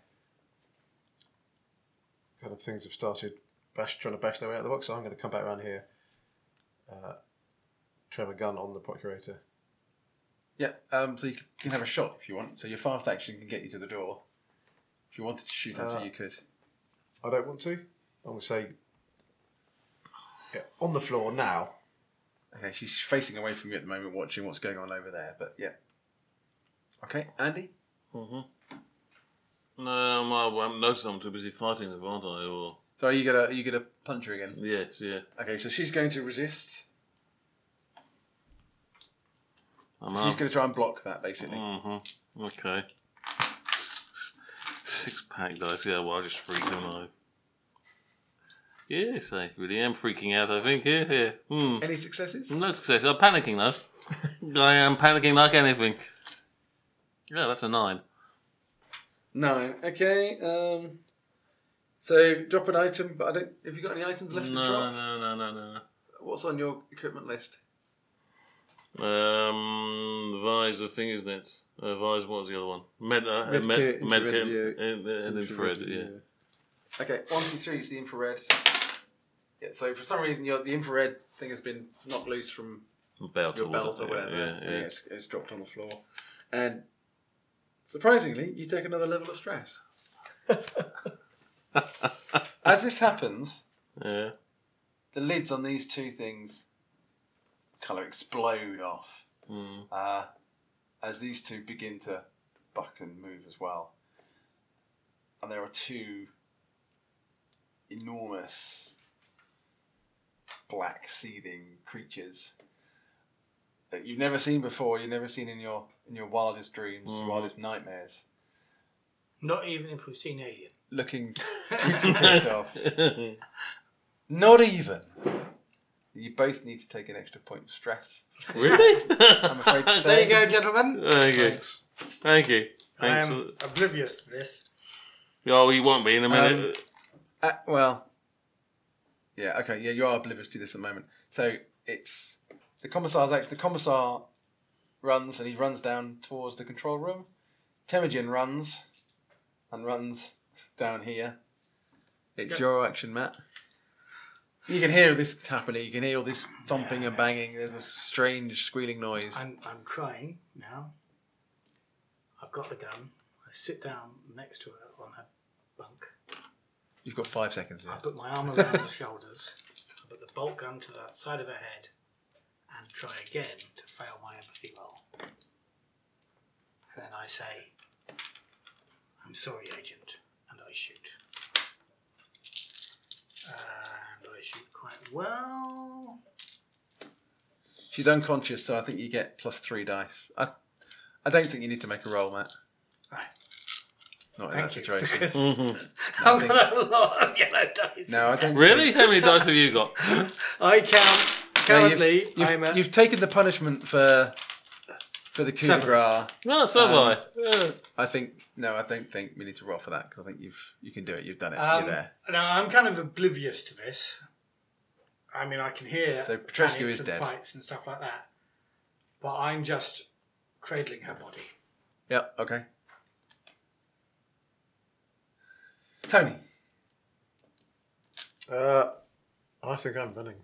[SPEAKER 5] of things have started bash, trying to bash their way out of the box. So I'm going to come back around here, uh, try my gun on the procurator.
[SPEAKER 2] Yeah, um, so you c- you can have a shot if you want. So your fast action can get you to the door. If you wanted to shoot at
[SPEAKER 5] Ah.
[SPEAKER 2] it, you could.
[SPEAKER 5] I don't want to. I will say, yeah, on the floor now.
[SPEAKER 2] Okay, she's facing away from you at the moment, watching what's going on over there. But yeah. Okay, Andy.
[SPEAKER 3] Mm-hmm. No, I'm, I haven't noticed I'm too busy fighting them, aren't I? Or
[SPEAKER 2] So are you gonna are you gonna punch her again?
[SPEAKER 3] yes, yeah.
[SPEAKER 2] Okay, so she's going to resist.
[SPEAKER 3] I'm
[SPEAKER 2] She's
[SPEAKER 3] up.
[SPEAKER 2] going to try and block that basically.
[SPEAKER 3] hmm Okay. Six pack dice. Yeah, well, I just freaked them out. Yes, I really am freaking out. I think. Yeah, yeah. Hmm.
[SPEAKER 2] Any successes?
[SPEAKER 3] No success. I'm panicking though.
[SPEAKER 2] *laughs*
[SPEAKER 3] I am panicking like anything. Yeah, that's a nine.
[SPEAKER 2] Nine. Okay. Um. So drop an item, but I don't. Have you got any items
[SPEAKER 3] No,
[SPEAKER 2] left to drop?
[SPEAKER 3] no, no, no,
[SPEAKER 2] What's on your equipment list?
[SPEAKER 3] no. Um, vise of fingers nets. Uh, vise. What was the other one? Med. Uh, med. Med.
[SPEAKER 5] Medkit,
[SPEAKER 3] med
[SPEAKER 5] infrared,
[SPEAKER 3] and, uh, and infrared. Yeah.
[SPEAKER 2] Okay, one, two, three is the infrared. Yeah, so for some reason, your, the infrared thing has been knocked loose from
[SPEAKER 3] Belt.
[SPEAKER 2] your belt or whatever.
[SPEAKER 3] Yeah,
[SPEAKER 2] Yeah,
[SPEAKER 3] yeah.
[SPEAKER 2] It's, it's dropped on the floor. And surprisingly, you take another level of
[SPEAKER 3] *laughs*
[SPEAKER 2] stress. As this happens,
[SPEAKER 3] yeah.
[SPEAKER 2] the lids on these two things kind of explode off
[SPEAKER 3] Mm.
[SPEAKER 2] uh, as these two begin to buck and move as well. And there are two enormous black seething creatures that you've never seen before, you've never seen in your in your wildest dreams, wildest nightmares.
[SPEAKER 4] Not even if we've seen Alien.
[SPEAKER 2] *laughs* Looking
[SPEAKER 3] Hmm.
[SPEAKER 2] pretty pissed off.
[SPEAKER 3] *laughs*
[SPEAKER 2] Not even. You both need to take an extra point of stress.
[SPEAKER 3] really?
[SPEAKER 2] *laughs* I'm afraid to
[SPEAKER 3] *laughs*
[SPEAKER 4] There
[SPEAKER 2] say.
[SPEAKER 4] you go, gentlemen.
[SPEAKER 3] Thank you. Thank you.
[SPEAKER 4] I
[SPEAKER 3] Thanks.
[SPEAKER 4] am oblivious to this.
[SPEAKER 3] For... Oh, you won't be in a minute.
[SPEAKER 2] Uh, well, yeah, okay, yeah, you are oblivious to this at the moment. So it's the commissar's actually the commissar runs and he runs down towards the control room. Temujin runs and runs down here. It's your action, Matt. You can hear this happening. You can hear all this thumping and banging. There's a strange squealing noise.
[SPEAKER 4] I'm, I'm crying now. I've got the gun. I sit down next to her on her bunk.
[SPEAKER 2] You've got five seconds
[SPEAKER 4] I
[SPEAKER 2] left.
[SPEAKER 4] put my arm around her shoulders. I put the bolt gun to the side of her head and try again to fail my empathy roll. And then I say, I'm sorry, Agent, and I shoot. And I shoot quite well.
[SPEAKER 2] She's unconscious, so I think you get plus three dice. I, I don't think you need to make a roll, Matt.
[SPEAKER 4] Right.
[SPEAKER 2] Not in
[SPEAKER 4] Thank
[SPEAKER 2] that
[SPEAKER 4] you.
[SPEAKER 2] situation.
[SPEAKER 4] *laughs* I've got a lot of yellow dice.
[SPEAKER 2] No, I don't.
[SPEAKER 3] Mm-hmm. Really? How many dice have you got?
[SPEAKER 2] *laughs*
[SPEAKER 4] I count.
[SPEAKER 2] No, you've-
[SPEAKER 4] Currently,
[SPEAKER 2] you've,
[SPEAKER 4] I'm at
[SPEAKER 2] you've taken the punishment for for the coup de
[SPEAKER 4] Seven.
[SPEAKER 2] grace.
[SPEAKER 3] No, so
[SPEAKER 2] Um,
[SPEAKER 3] have I. Yeah.
[SPEAKER 2] I think no, I don't think we need to roll for that because I think you've you can do it. You've done it.
[SPEAKER 4] Um,
[SPEAKER 2] You're there.
[SPEAKER 4] Now I'm kind of oblivious to this. I mean, I can hear
[SPEAKER 2] So Petrescu
[SPEAKER 4] panics
[SPEAKER 2] is
[SPEAKER 4] and
[SPEAKER 2] dead.
[SPEAKER 4] fights and stuff like that, but I'm just cradling her body.
[SPEAKER 2] Yep. Okay. Tony,
[SPEAKER 5] Uh, I think I'm running.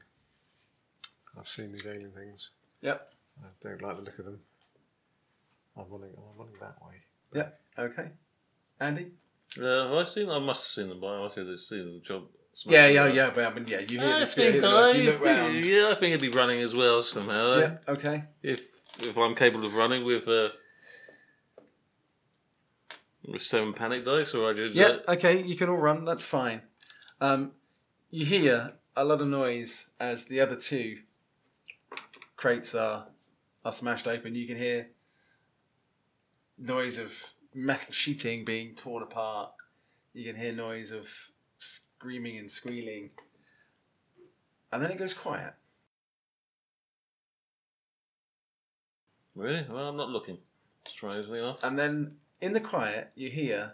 [SPEAKER 5] I've seen these alien things.
[SPEAKER 2] Yep.
[SPEAKER 5] I don't like the look of them. I'm running. I'm running that way.
[SPEAKER 2] Yep. Okay. Andy.
[SPEAKER 3] Uh, have I seen? I must have seen them, but I must have seen the job.
[SPEAKER 2] Yeah, yeah, yeah. But I mean, yeah, you hear
[SPEAKER 3] I
[SPEAKER 2] this. You, hear
[SPEAKER 3] think
[SPEAKER 2] the
[SPEAKER 3] I,
[SPEAKER 2] noise, you look round.
[SPEAKER 3] yeah, I think it'd be running as well somehow. eh?
[SPEAKER 2] Yeah. Okay.
[SPEAKER 3] If if I'm capable of running with uh, with seven panic dice, or I just uh,
[SPEAKER 2] Yeah. Okay. You can all run. That's fine. Um, you hear a lot of noise as the other two crates are are smashed open. You can hear noise of metal sheeting being torn apart. You can hear noise of screaming and squealing, and then it goes quiet.
[SPEAKER 3] really? Well, I'm not looking. Strangely enough.
[SPEAKER 2] And then in the quiet, you hear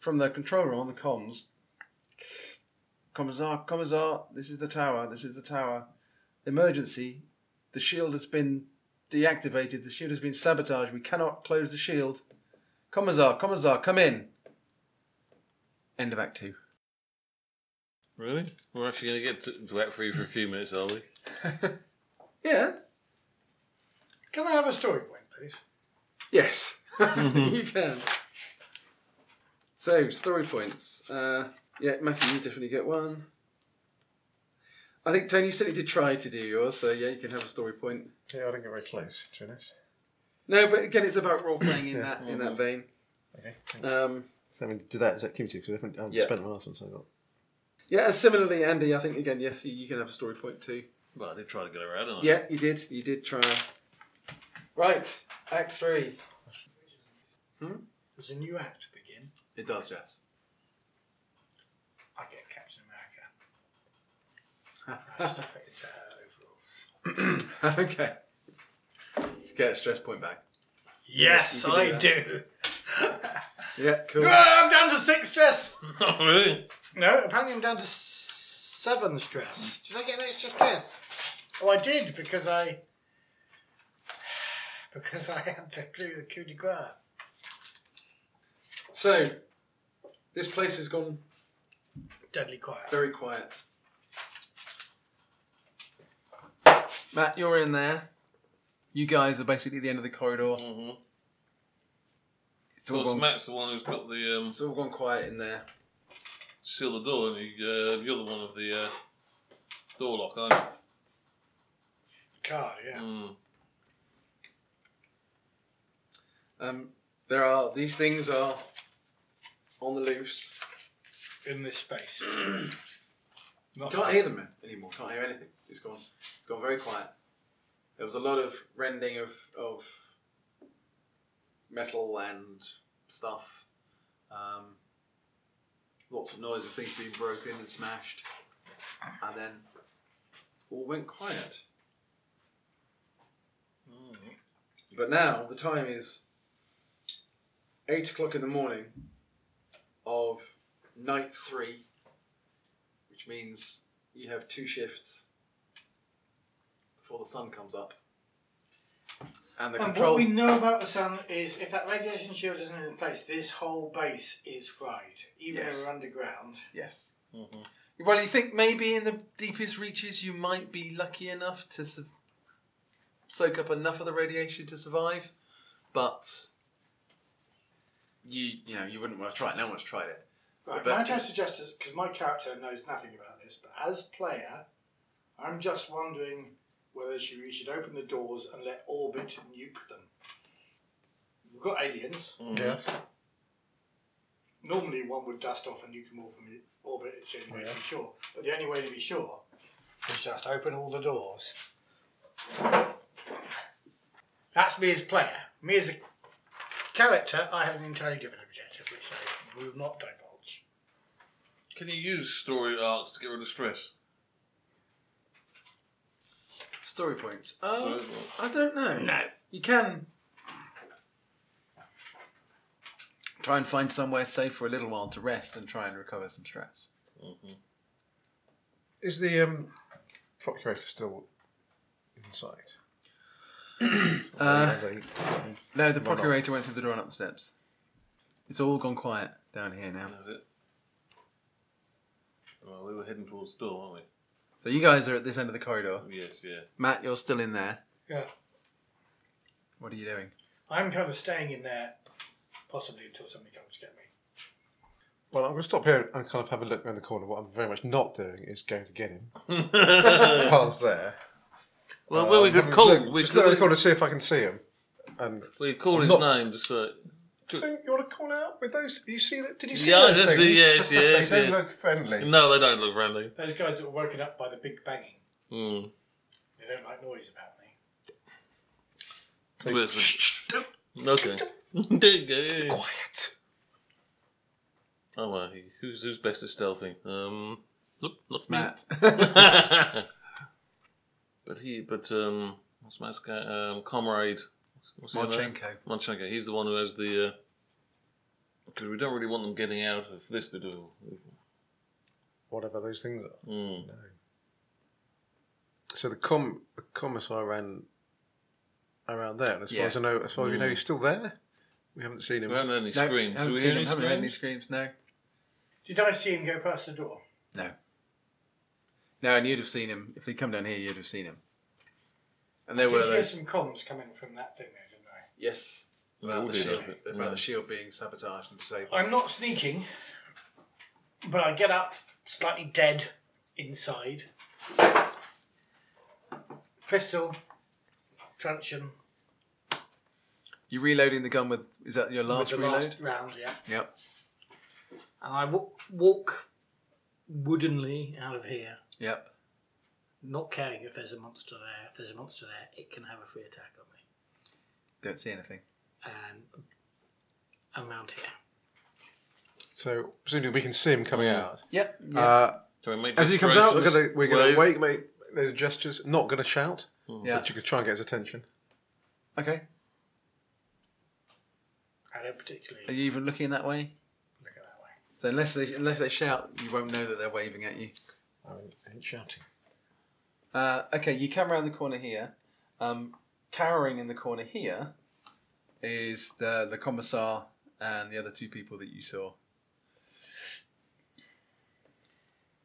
[SPEAKER 2] from the control room on the comms Commissar, Commissar, this is the tower, this is the tower. Emergency. The shield has been deactivated, the shield has been sabotaged, we cannot close the shield. Commissar, Commissar, come in. End of Act Two.
[SPEAKER 3] Really? We're actually going to get to, to Act Three for a few minutes, are we?
[SPEAKER 2] Yeah.
[SPEAKER 4] Can I have a story point, please?
[SPEAKER 2] Yes, *laughs* you can. So story points. Uh, yeah, Matthew, you definitely get one. I think Tony, you certainly did try to do yours, so yeah, you can have a story point.
[SPEAKER 5] Yeah, I didn't get very close, to be honest.
[SPEAKER 2] No, but again, it's about role playing in that in that vein.
[SPEAKER 5] Okay.
[SPEAKER 2] Um,
[SPEAKER 5] So I mean, do that. Is that cumulative? Because I haven't, I haven't
[SPEAKER 2] Yeah.
[SPEAKER 5] spent my last one, so I got.
[SPEAKER 2] yeah, and similarly, Andy, I think again, yes, you, you can have a story point too.
[SPEAKER 3] Well, I did try to get around, didn't I?
[SPEAKER 2] Yeah, you did. You did try. Right, Act Three.
[SPEAKER 4] There's a new act to begin.
[SPEAKER 2] It does, yes.
[SPEAKER 4] I get Captain
[SPEAKER 2] *laughs*
[SPEAKER 4] America. I stuff it into her overalls.
[SPEAKER 2] *clears throat* okay. Let's get a stress point back.
[SPEAKER 4] Yes,
[SPEAKER 2] You can do
[SPEAKER 4] I
[SPEAKER 2] that.
[SPEAKER 4] do. *laughs*
[SPEAKER 2] Yeah, cool.
[SPEAKER 4] Ah, I'm down to six stress.
[SPEAKER 3] *laughs* Oh, really?
[SPEAKER 4] No, apparently I'm down to s- seven stress. Did I get an extra stress? Oh, I did because I *sighs* because I had to do the coup de grace.
[SPEAKER 2] So, this place has gone
[SPEAKER 4] Deadly quiet.
[SPEAKER 2] very quiet. Matt, you're in there. You guys are basically at the end of the corridor.
[SPEAKER 3] Mm-hmm.
[SPEAKER 2] It's all,
[SPEAKER 3] Because
[SPEAKER 2] gone,
[SPEAKER 3] Matt's the one who's got the um,
[SPEAKER 2] it's all gone quiet in there.
[SPEAKER 3] seal the door, and he, uh, you're the one of the uh, door lock, aren't you?
[SPEAKER 4] Card, yeah.
[SPEAKER 3] Mm.
[SPEAKER 2] Um, there are these things are on the loose.
[SPEAKER 4] In this *clears throat* space.
[SPEAKER 2] You
[SPEAKER 4] Not
[SPEAKER 2] can't hear them anymore. Can't hear anything. It's gone. It's gone very quiet. There was a lot of rending of of metal and stuff. Um, lots of noise of things being broken and smashed, and then all went quiet. But now the time is eight o'clock in the morning of night three which means you have two shifts before the sun comes up. And the
[SPEAKER 4] And
[SPEAKER 2] control.
[SPEAKER 4] what we know about the sun is if that radiation shield isn't in place, this whole base is fried, even
[SPEAKER 2] Yes.
[SPEAKER 4] if we're underground.
[SPEAKER 2] Yes.
[SPEAKER 3] mm-hmm.
[SPEAKER 2] Well, you think maybe in the deepest reaches you might be lucky enough to su- soak up enough of the radiation to survive, but you you know you wouldn't want to try it. No one's tried it. But-
[SPEAKER 4] Right, but, might I suggest, because my character knows nothing about this, but as player, I'm just wondering whether she, we should open the doors and let Orbit nuke them. We've got aliens.
[SPEAKER 3] Mm.
[SPEAKER 5] Yes.
[SPEAKER 4] Normally, one would dust off and nuke them all from Orbit, it's the only way to be sure. But the only way to be sure is just open all the doors. That's me as player. Me as a character, I have an entirely different objective, which I will not divulge.
[SPEAKER 3] Can you use story arcs to get rid of stress?
[SPEAKER 2] Story points. Oh,
[SPEAKER 5] Uh.
[SPEAKER 3] Sorry, what?
[SPEAKER 2] I don't know. You can try and find somewhere safe for a little while to rest and try and recover some stress.
[SPEAKER 5] Is the um, procurator still inside?
[SPEAKER 2] Uh,
[SPEAKER 5] Has he-
[SPEAKER 2] no, the
[SPEAKER 5] Run off.
[SPEAKER 2] procurator went through the door and up the steps. It's all gone quiet down here now.
[SPEAKER 3] That was it. Well, we were heading towards the door, weren't
[SPEAKER 2] So you guys are at this end of the corridor.
[SPEAKER 3] we? Yes, yeah.
[SPEAKER 2] Matt, you're still in there.
[SPEAKER 4] Yeah.
[SPEAKER 2] What are you doing?
[SPEAKER 4] I'm kind of staying in there, possibly until somebody comes to get me.
[SPEAKER 5] Well, I'm going to stop here and kind of have a look around the corner. What I'm very much not doing is going to
[SPEAKER 3] *laughs*
[SPEAKER 5] get him. *laughs* Whilst there.
[SPEAKER 3] Well,
[SPEAKER 5] Uh,
[SPEAKER 3] where Uh, we
[SPEAKER 5] I'm
[SPEAKER 3] could
[SPEAKER 5] having a
[SPEAKER 3] call,
[SPEAKER 5] look-
[SPEAKER 3] we
[SPEAKER 5] just look around the
[SPEAKER 3] could
[SPEAKER 5] corner to see if I can see him. And
[SPEAKER 3] we call his
[SPEAKER 5] Not-
[SPEAKER 3] name just so.
[SPEAKER 5] do you think you want to call out with those? You see that? Did you see
[SPEAKER 3] Yeah, I
[SPEAKER 5] those
[SPEAKER 3] did see-
[SPEAKER 5] things? *laughs*
[SPEAKER 3] yes, yes,
[SPEAKER 5] they don't
[SPEAKER 3] yeah.
[SPEAKER 5] look friendly.
[SPEAKER 3] No, they don't look friendly.
[SPEAKER 4] Those guys that were woken up by the big banging,
[SPEAKER 3] Mm.
[SPEAKER 4] they don't like noise about me.
[SPEAKER 5] *laughs*
[SPEAKER 3] Listen. Okay. *laughs* Dig it.
[SPEAKER 5] Quiet.
[SPEAKER 3] oh well, he- who's who's best at stealthy? Um, nope, not me. *laughs*
[SPEAKER 2] Matt.
[SPEAKER 3] but he, but um, what's Matt's guy? Um, comrade. What's his name?
[SPEAKER 2] Marchenko.
[SPEAKER 3] Monchenko, he's the one who has the. Because we don't really want them getting out of this bit of.
[SPEAKER 5] Whatever those things are.
[SPEAKER 3] Mm.
[SPEAKER 5] So the com the commissar ran around there. and As
[SPEAKER 2] Yeah.
[SPEAKER 5] far as I know, as far as we
[SPEAKER 3] Mm.
[SPEAKER 5] know, he's still there. We haven't seen him.
[SPEAKER 3] We haven't heard any
[SPEAKER 2] No,
[SPEAKER 3] screams. Do
[SPEAKER 2] haven't
[SPEAKER 3] we
[SPEAKER 2] seen
[SPEAKER 3] hear
[SPEAKER 2] him,
[SPEAKER 3] any
[SPEAKER 2] haven't heard any
[SPEAKER 3] screams?
[SPEAKER 2] screams, no.
[SPEAKER 4] Did I see him go past the door?
[SPEAKER 2] No. No, and you'd have seen him. If they'd come down here, you'd have seen him. And there
[SPEAKER 4] Did
[SPEAKER 2] were
[SPEAKER 4] you hear
[SPEAKER 2] those.
[SPEAKER 4] some columns coming from that thing there, didn't I?
[SPEAKER 2] Yes.
[SPEAKER 3] all
[SPEAKER 2] About, the
[SPEAKER 3] did, I
[SPEAKER 2] shield,
[SPEAKER 3] think.
[SPEAKER 2] about
[SPEAKER 3] Yeah.
[SPEAKER 2] the shield being sabotaged and disabled.
[SPEAKER 4] I'm not sneaking, but I get up slightly dead inside. Pistol, truncheon,
[SPEAKER 2] You reloading the gun with? Is that your
[SPEAKER 4] with
[SPEAKER 2] last
[SPEAKER 4] the
[SPEAKER 2] reload?
[SPEAKER 4] last round, yeah.
[SPEAKER 2] Yep.
[SPEAKER 4] And I w- walk woodenly out of here,
[SPEAKER 2] Yep.
[SPEAKER 4] not caring if there's a monster there. If there's a monster there, it can have a free attack on me.
[SPEAKER 2] Don't see anything.
[SPEAKER 4] And I'm around here.
[SPEAKER 5] So presumably we can see him coming out.
[SPEAKER 2] Yep.
[SPEAKER 5] Uh,
[SPEAKER 3] Can we make
[SPEAKER 5] as he comes out, we're gonna
[SPEAKER 3] desperations?
[SPEAKER 5] we're gonna
[SPEAKER 3] Wave?
[SPEAKER 5] wait, make those gestures. Not gonna shout,
[SPEAKER 3] Oh,
[SPEAKER 2] Yeah.
[SPEAKER 5] but you could try and get his attention.
[SPEAKER 2] Okay.
[SPEAKER 4] I don't
[SPEAKER 2] Are
[SPEAKER 4] particularly
[SPEAKER 2] you even looking that way?
[SPEAKER 4] look at that way.
[SPEAKER 2] So unless they unless they shout, you won't know that they're waving at you.
[SPEAKER 5] I mean, ain't shouting.
[SPEAKER 2] Uh, okay, you come around the corner here. Um, cowering in the corner here is the the commissar and the other two people that you saw.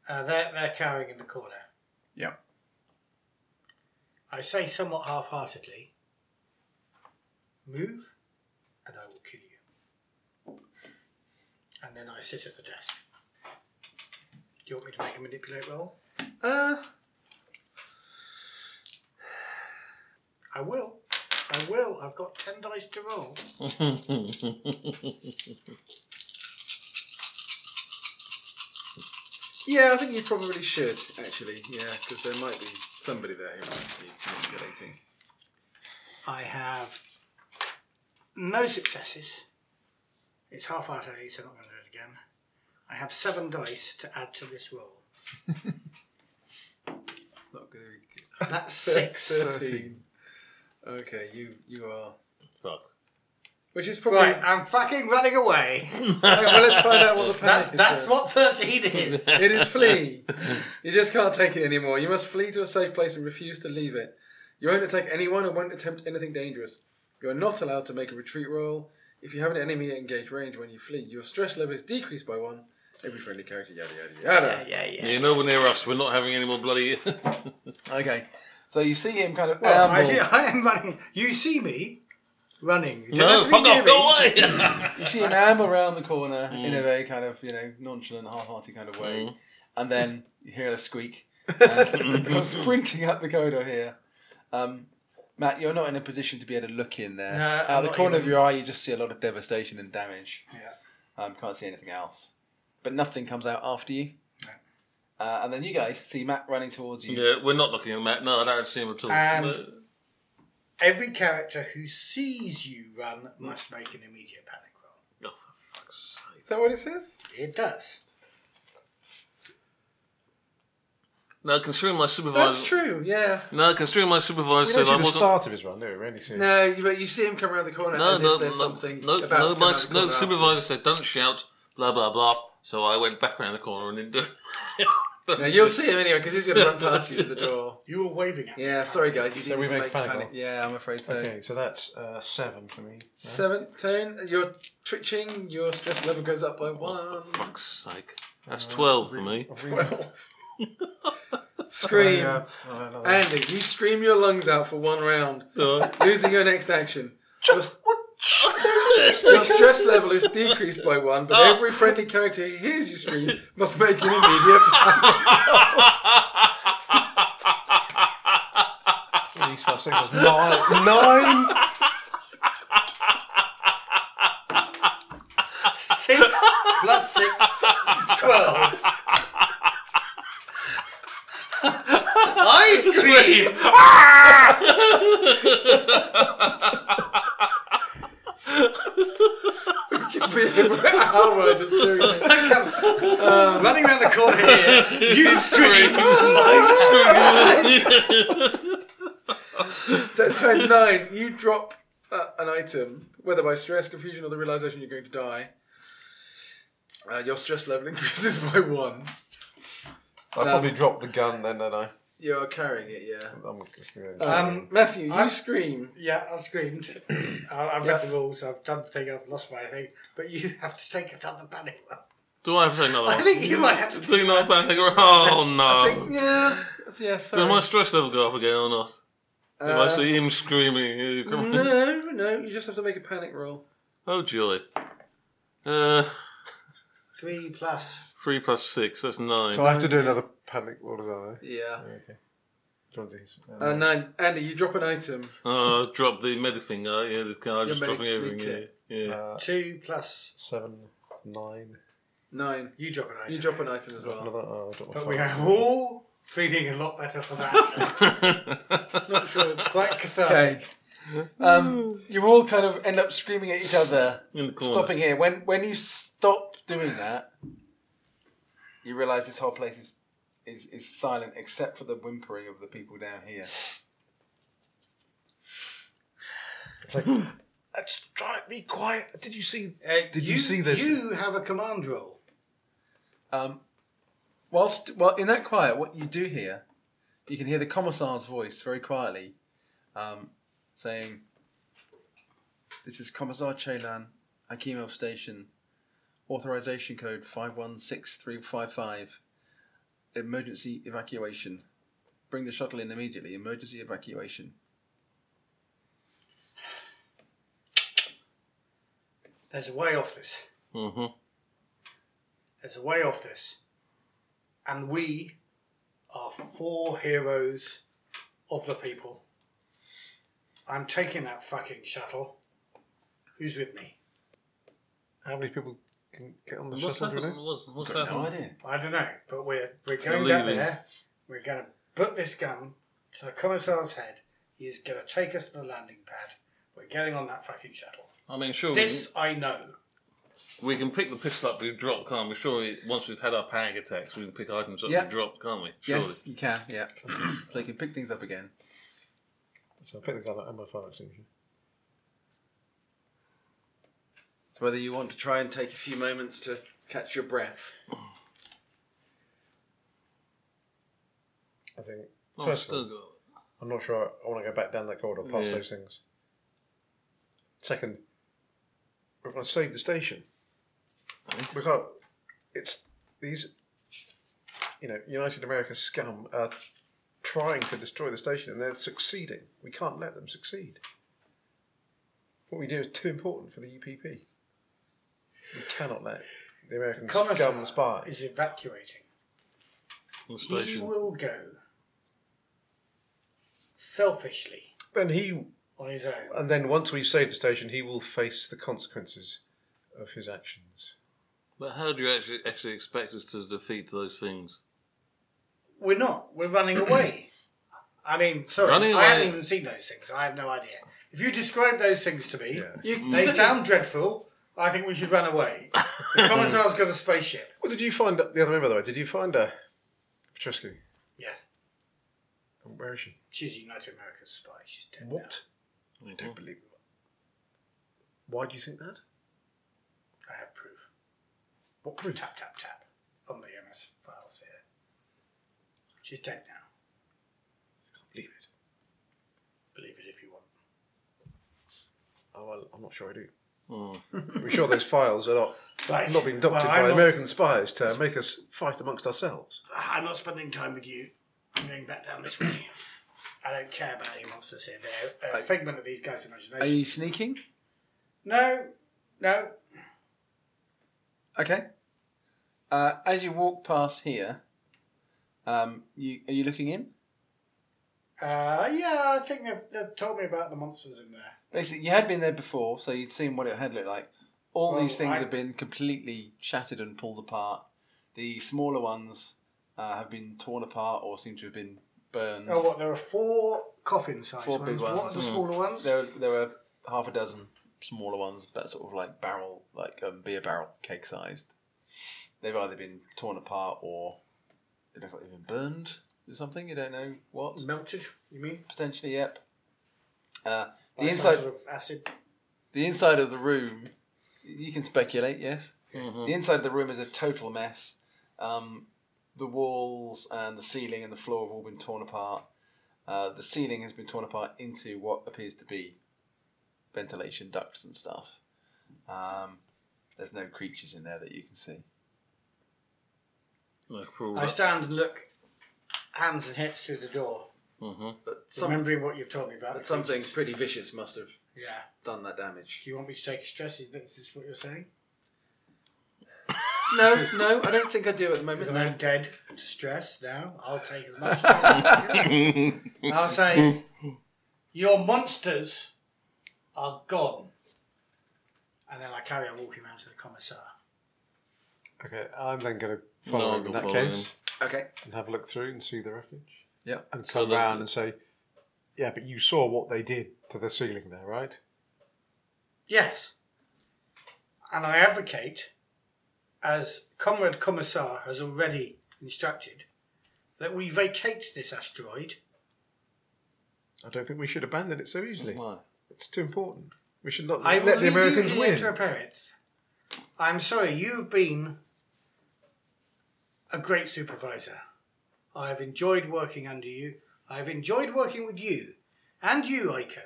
[SPEAKER 4] Uh, they're, they're cowering in the corner.
[SPEAKER 2] Yep.
[SPEAKER 4] I say somewhat half heartedly, move and I will kill you. And then I sit at the desk. Do you want me to make a manipulate roll?
[SPEAKER 2] Uh,
[SPEAKER 4] I will. I will. I've got 10 dice to roll.
[SPEAKER 2] yeah, I think you probably should actually. Yeah, because there might be somebody there who might be manipulating.
[SPEAKER 4] I have no successes. It's half heartedly, so I'm not going to do it again. I have seven dice to add to this roll.
[SPEAKER 2] Not going to be
[SPEAKER 3] *laughs*
[SPEAKER 4] That's
[SPEAKER 2] *laughs*
[SPEAKER 4] six.
[SPEAKER 2] Thirteen. Okay, you you are,
[SPEAKER 3] *laughs* Fuck.
[SPEAKER 2] which is probably.
[SPEAKER 4] Right, I'm fucking
[SPEAKER 3] *laughs*
[SPEAKER 4] running away.
[SPEAKER 2] *laughs* Okay, well, let's find out what the panic
[SPEAKER 4] That's,
[SPEAKER 2] is
[SPEAKER 4] that's
[SPEAKER 2] doing.
[SPEAKER 4] what
[SPEAKER 3] *laughs*
[SPEAKER 4] 13 is.
[SPEAKER 2] It is flee. you just can't take it anymore. You must flee to a safe place and refuse to leave it. You won't attack anyone and won't attempt anything dangerous. You are not allowed to make a retreat roll. If you have an enemy at engaged range when you flee, your stress level is decreased by one. Every friendly character, yada yada yada.
[SPEAKER 4] Yeah, yeah, yeah.
[SPEAKER 3] You're nowhere near us. We're not having any more bloody.
[SPEAKER 2] Okay, so you see him kind of.
[SPEAKER 4] Well,
[SPEAKER 2] amble.
[SPEAKER 4] *laughs* I, I am running. You see me running. You
[SPEAKER 3] no,
[SPEAKER 4] don't have to
[SPEAKER 3] *laughs*
[SPEAKER 4] be
[SPEAKER 3] fuck
[SPEAKER 4] near
[SPEAKER 3] off. Go
[SPEAKER 4] me.
[SPEAKER 3] away. *laughs*
[SPEAKER 2] You see him amble around the corner
[SPEAKER 3] Mm.
[SPEAKER 2] in a very kind of you know nonchalant, half-hearted kind of way, and then you hear a
[SPEAKER 3] *laughs*
[SPEAKER 2] squeak and *laughs* comes sprinting up the corridor here. Um, Matt, you're not in a position to be able to look in there.
[SPEAKER 4] No,
[SPEAKER 2] Out
[SPEAKER 4] I'm
[SPEAKER 2] the
[SPEAKER 4] not
[SPEAKER 2] corner of
[SPEAKER 4] even-
[SPEAKER 2] your eye, you just see a lot of devastation and damage.
[SPEAKER 4] Yeah.
[SPEAKER 2] Um, can't see anything else, but nothing comes out after you. Uh, and then you guys see Matt running towards you.
[SPEAKER 3] yeah, we're not looking at Matt. No, I don't see him at all. Oh,
[SPEAKER 4] And- Every character who sees you run must make an immediate panic roll.
[SPEAKER 3] oh, for fuck's sake.
[SPEAKER 2] Is that what it says?
[SPEAKER 4] It does.
[SPEAKER 3] Now, considering my supervisor.
[SPEAKER 2] That's true. Yeah.
[SPEAKER 3] No, considering my supervisor
[SPEAKER 5] We
[SPEAKER 3] said
[SPEAKER 5] don't
[SPEAKER 3] I
[SPEAKER 5] see the
[SPEAKER 3] wasn't.
[SPEAKER 5] start of his run, do we? Really? So
[SPEAKER 2] No, you, but you see him come around the corner
[SPEAKER 3] No,
[SPEAKER 2] as
[SPEAKER 3] no,
[SPEAKER 2] if there's
[SPEAKER 3] no,
[SPEAKER 2] something
[SPEAKER 3] no,
[SPEAKER 2] about
[SPEAKER 3] no,
[SPEAKER 2] to come
[SPEAKER 3] my,
[SPEAKER 2] out the
[SPEAKER 3] no
[SPEAKER 2] corner after.
[SPEAKER 3] supervisor said, don't shout, blah, blah, blah. So I went back around the corner and didn't do it. *laughs*
[SPEAKER 2] Now you'll see him anyway because he's going to run past you to the door.
[SPEAKER 4] You were waving at me.
[SPEAKER 2] Yeah, sorry guys, you didn't need
[SPEAKER 5] we
[SPEAKER 2] to
[SPEAKER 5] make
[SPEAKER 2] make
[SPEAKER 5] panic
[SPEAKER 2] panic.
[SPEAKER 5] roll?
[SPEAKER 2] Yeah, I'm afraid so.
[SPEAKER 5] Okay, so that's uh, seven for me.
[SPEAKER 2] Seven, ten. You're twitching. Your stress level goes up by
[SPEAKER 3] Oh,
[SPEAKER 2] one.
[SPEAKER 3] for fuck's sake. That's 12
[SPEAKER 2] *laughs*
[SPEAKER 3] for me.
[SPEAKER 2] Twelve. scream,
[SPEAKER 5] Uh, uh, another-
[SPEAKER 2] Andy. You scream your lungs out for one round, losing your next action. Your, s- your stress level is decreased by one, but
[SPEAKER 5] Oh.
[SPEAKER 2] every friendly character who hears you scream must make an immediate. *laughs*
[SPEAKER 5] Three, five, six, that's nine. nine.
[SPEAKER 4] Six *laughs* plus six, twelve. I
[SPEAKER 3] *laughs*
[SPEAKER 4] scream.
[SPEAKER 2] Hour just doing it.
[SPEAKER 5] Um.
[SPEAKER 4] running around the corner
[SPEAKER 5] *laughs*
[SPEAKER 4] here. You
[SPEAKER 2] *laughs*
[SPEAKER 4] scream.
[SPEAKER 2] Oh So at turn *laughs* nine, you drop uh, an item, whether by stress, confusion, or the realization you're going to die. Uh, your stress level *laughs* increases by one.
[SPEAKER 5] I probably dropped the gun then, don't I?
[SPEAKER 2] You are carrying it, yeah.
[SPEAKER 5] I'm just gonna-
[SPEAKER 4] Um,
[SPEAKER 2] Matthew, you scream.
[SPEAKER 4] Yeah, I've
[SPEAKER 5] *clears throat*
[SPEAKER 4] screamed. I- I've read the rules. I've done the thing. I've lost my thing. But you have to take another panic roll.
[SPEAKER 3] Do I have to take another
[SPEAKER 4] *laughs* I
[SPEAKER 3] one?
[SPEAKER 4] think you might have to
[SPEAKER 3] Take
[SPEAKER 4] take
[SPEAKER 3] another back. Oh, no.
[SPEAKER 2] Yeah, that's- yeah.
[SPEAKER 3] Did my
[SPEAKER 2] Sorry.
[SPEAKER 3] stress level go up again or not? if I see him screaming, "Hey, come on."
[SPEAKER 2] Uh, No, no, you just have to make a panic roll.
[SPEAKER 3] oh joy. Uh,
[SPEAKER 4] Three plus.
[SPEAKER 3] three plus six, that's nine.
[SPEAKER 5] So I have to do another panic roll as well. eh?
[SPEAKER 2] Yeah.
[SPEAKER 5] Okay. Do you want these?
[SPEAKER 2] Uh, nine. Andy, you drop an item.
[SPEAKER 3] oh, I dropped the medic thing. Uh, yeah, the card
[SPEAKER 2] Your
[SPEAKER 3] just
[SPEAKER 2] medic-
[SPEAKER 3] dropping everything.
[SPEAKER 2] medkit.
[SPEAKER 3] Yeah, yeah.
[SPEAKER 5] Uh,
[SPEAKER 4] Two plus.
[SPEAKER 5] seven, nine.
[SPEAKER 2] Nine.
[SPEAKER 4] You drop an item.
[SPEAKER 2] You drop an item as well.
[SPEAKER 5] Another. Oh, I dropped my
[SPEAKER 4] But we
[SPEAKER 5] phone. *laughs*
[SPEAKER 4] are all feeling a lot better for that.
[SPEAKER 3] *laughs*
[SPEAKER 2] Not sure.
[SPEAKER 4] Quite cathartic.
[SPEAKER 2] *laughs* Um, you all kind of end up screaming at each other.
[SPEAKER 3] In the corner.
[SPEAKER 2] Stopping here. When when you stop doing that, you realise this whole place is, is is silent except for the whimpering of the people down here.
[SPEAKER 5] It's like, let's try and be quiet. Did you see?
[SPEAKER 4] Uh,
[SPEAKER 5] Did you see this?
[SPEAKER 4] You have a command roll.
[SPEAKER 2] Um, whilst well in that quiet, what you do hear, you can hear the commissar's voice very quietly, um, saying, "This is Commissar Chelan, Akimov Station, authorization code five one six three five five, emergency evacuation. Bring the shuttle in immediately. Emergency evacuation."
[SPEAKER 4] There's a way off this.
[SPEAKER 3] hmm
[SPEAKER 4] There's a way off this. And we are four heroes of the people. I'm taking that fucking shuttle. Who's with me?
[SPEAKER 5] How many people can get on the
[SPEAKER 3] What's
[SPEAKER 5] shuttle? do you
[SPEAKER 3] happened?
[SPEAKER 5] know?
[SPEAKER 3] What's, what's
[SPEAKER 2] Got no
[SPEAKER 3] happened?
[SPEAKER 2] idea.
[SPEAKER 4] I don't know, but we're we're going down
[SPEAKER 3] leaving.
[SPEAKER 4] there. We're going to put this gun to the commissar's head. He is going to take us to the landing pad. We're getting on that fucking shuttle.
[SPEAKER 3] I mean, sure,
[SPEAKER 4] This I know.
[SPEAKER 3] we, can, we can pick the pistol up we've dropped, can't we? Surely, once we've had our panic attacks, we can pick items up
[SPEAKER 2] Yeah.
[SPEAKER 3] we've dropped, can't we? Surely.
[SPEAKER 2] Yes, you can. Yeah, so you can pick things up again.
[SPEAKER 5] So I pick the gun up and my fire extinguisher.
[SPEAKER 2] So whether you want to try and take a few moments to catch your breath.
[SPEAKER 5] I think.
[SPEAKER 3] Oh,
[SPEAKER 5] First of
[SPEAKER 3] still
[SPEAKER 5] all,
[SPEAKER 3] got...
[SPEAKER 5] I'm not sure I want to go back down that corridor past
[SPEAKER 3] Yeah.
[SPEAKER 5] those things. Second, we're going to save the station. We can't. It's these, you know, United America scum are trying to destroy the station and they're succeeding. We can't let them succeed. What we do is too important for the E UPP. We cannot let the American scum
[SPEAKER 4] Commissar
[SPEAKER 5] spies.
[SPEAKER 4] is evacuating.
[SPEAKER 3] the
[SPEAKER 4] He
[SPEAKER 3] station.
[SPEAKER 4] will go selfishly
[SPEAKER 5] Then he
[SPEAKER 4] on his own.
[SPEAKER 5] And then once we save the station, he will face the consequences of his actions.
[SPEAKER 3] But how do you actually actually expect us to defeat those things?
[SPEAKER 4] We're not. We're running away. I mean, sorry,
[SPEAKER 3] Running
[SPEAKER 4] I haven't
[SPEAKER 3] away-
[SPEAKER 4] even seen those things. I have no idea. If you describe those things to me,
[SPEAKER 5] Yeah.
[SPEAKER 2] You,
[SPEAKER 4] they sound dreadful. I think we should run away.
[SPEAKER 3] *laughs*
[SPEAKER 4] The commissar's got a spaceship.
[SPEAKER 5] Well, did you find the other member, by the way? Did you find uh, Petrescu?
[SPEAKER 4] Yeah,
[SPEAKER 5] Where is she?
[SPEAKER 4] she's a United America's spy. She's dead. now.
[SPEAKER 5] What? I
[SPEAKER 3] Hmm.
[SPEAKER 5] don't believe it. Why do you think that?
[SPEAKER 4] I have proof.
[SPEAKER 5] What proof?
[SPEAKER 4] Tap tap tap on the MS files here. She's dead now.
[SPEAKER 5] I can't believe it.
[SPEAKER 4] Believe it if you want.
[SPEAKER 5] Oh, well, I'm not sure I do.
[SPEAKER 3] Oh.
[SPEAKER 5] We're sure *laughs* those files are not,
[SPEAKER 4] Right.
[SPEAKER 5] not being doctored
[SPEAKER 4] Well,
[SPEAKER 5] by
[SPEAKER 4] I'm not-
[SPEAKER 5] American spies to make us fight amongst ourselves.
[SPEAKER 4] I'm not spending time with you. I'm going back down this way. I don't care about any monsters here. They're a figment of these guys' imagination.
[SPEAKER 2] Are you sneaking?
[SPEAKER 4] No, no.
[SPEAKER 2] Okay. Uh, as you walk past here, um, you are you looking in?
[SPEAKER 4] Uh, yeah, I think they've, they've told me about the monsters in there.
[SPEAKER 2] Basically, you had been there before, so you'd seen what it had looked like. All
[SPEAKER 4] Well,
[SPEAKER 2] these things
[SPEAKER 4] I-
[SPEAKER 2] have been completely shattered and pulled apart. The smaller ones uh, have been torn apart or seem to have been burned.
[SPEAKER 4] Oh, what? There are four coffin-sized
[SPEAKER 2] Mm. Four
[SPEAKER 4] ones.
[SPEAKER 2] big
[SPEAKER 4] What
[SPEAKER 2] ones. Mm.
[SPEAKER 4] are the smaller ones?
[SPEAKER 2] There, there were half a dozen smaller ones, but sort of like barrel, like um, beer barrel, cake sized. They've either been torn apart or it looks like they've been burned or something. You don't know what.
[SPEAKER 4] Melted? You mean?
[SPEAKER 2] Potentially, yep. Uh, the
[SPEAKER 4] By some
[SPEAKER 2] inside,
[SPEAKER 4] sort of acid.
[SPEAKER 2] the inside of the room, you can speculate. Yes, the inside of the room is a total mess. Um, the walls and the ceiling and the floor have all been torn apart. Uh, the ceiling has been torn apart into what appears to be ventilation ducts and stuff. Um, there's no creatures in there that you can see.
[SPEAKER 3] No, for all
[SPEAKER 4] I
[SPEAKER 3] that.
[SPEAKER 4] stand and look, hands and hips through the door.
[SPEAKER 3] Mhm.
[SPEAKER 2] But Some,
[SPEAKER 4] Remembering what you've told me about. it,
[SPEAKER 2] something
[SPEAKER 4] for instance.
[SPEAKER 2] pretty vicious must have
[SPEAKER 4] Yeah.
[SPEAKER 2] done that damage.
[SPEAKER 4] Do you want me to take a stress event? Is what you're saying?
[SPEAKER 2] No, no, I don't think I do at the
[SPEAKER 4] Because
[SPEAKER 2] moment.
[SPEAKER 4] I'm dead to stress now. I'll take as much. stress as I can. I'll say, your monsters are gone. And then I carry on walking around to the commissar.
[SPEAKER 5] Okay, I'm then going to
[SPEAKER 3] No,
[SPEAKER 5] follow
[SPEAKER 3] I'll
[SPEAKER 5] him in
[SPEAKER 3] go
[SPEAKER 5] that
[SPEAKER 3] follow
[SPEAKER 5] case
[SPEAKER 3] him.
[SPEAKER 2] Okay.
[SPEAKER 5] and have a look through and see the wreckage.
[SPEAKER 2] Yeah.
[SPEAKER 5] And come
[SPEAKER 3] the-
[SPEAKER 5] round and say, yeah, but you saw what they did to the ceiling there, right?
[SPEAKER 4] Yes. And I advocate, as Comrade Commissar has already instructed, that we vacate this asteroid.
[SPEAKER 5] I don't think we should abandon it so easily.
[SPEAKER 3] Why?
[SPEAKER 5] It's too important. We should not
[SPEAKER 4] I will
[SPEAKER 5] let the
[SPEAKER 4] leave
[SPEAKER 5] Americans
[SPEAKER 4] you here
[SPEAKER 5] win.
[SPEAKER 4] to repair it. I'm sorry, you've been a great supervisor. I have enjoyed working under you. I have enjoyed working with you. And you, Ico.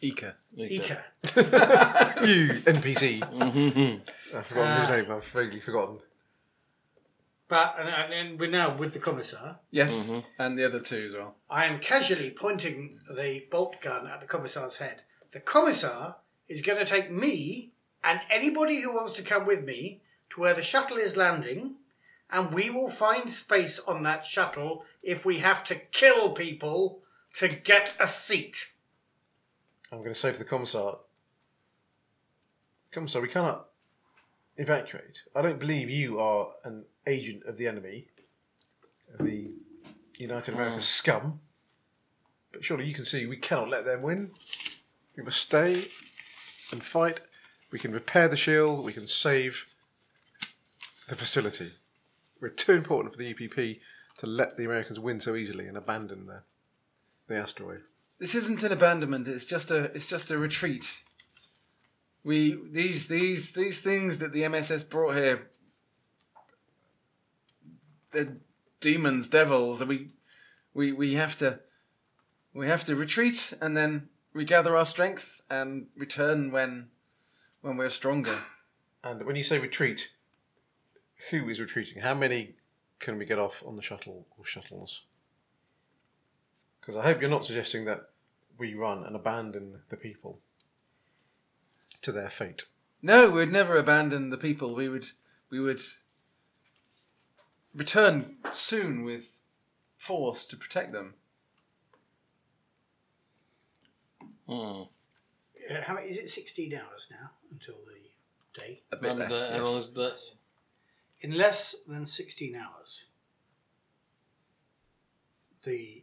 [SPEAKER 2] Ika.
[SPEAKER 4] Ika.
[SPEAKER 5] you *laughs* NPC. I've forgotten his name. I've vaguely forgotten.
[SPEAKER 4] But, and, and, and we're now with the Commissar.
[SPEAKER 2] Yes, and the other two as well.
[SPEAKER 4] I am casually pointing the bolt gun at the commissar's head. The commissar is going to take me and anybody who wants to come with me to where the shuttle is landing, and we will find space on that shuttle if we have to kill people to get a seat.
[SPEAKER 5] I'm going to say to the commissar, commissar, we cannot evacuate. I don't believe you are an agent of the enemy, of the United American scum. But surely you can see we cannot let them win. We must stay and fight. We can repair the shield. We can save the facility. We're too important for the EPP to let the Americans win so easily and abandon the, the asteroid.
[SPEAKER 2] This isn't an abandonment. It's just a. It's just a retreat. We these these these things that the MSS brought here. They're demons, devils. and We, we we have to. We have to retreat and then regather our strength and return when, when we're stronger.
[SPEAKER 5] And when you say retreat, who is retreating? How many can we get off on the shuttle or shuttles? Because I hope you're not suggesting that we run and abandon the people to their fate.
[SPEAKER 2] No, we'd never abandon the people. We would we would return soon with force to protect them.
[SPEAKER 3] Hmm.
[SPEAKER 4] Uh, How many, is it 16 hours now until the day?
[SPEAKER 2] A
[SPEAKER 3] None of that- how long
[SPEAKER 2] yes.
[SPEAKER 3] is uh, that?
[SPEAKER 4] In less than 16 hours, the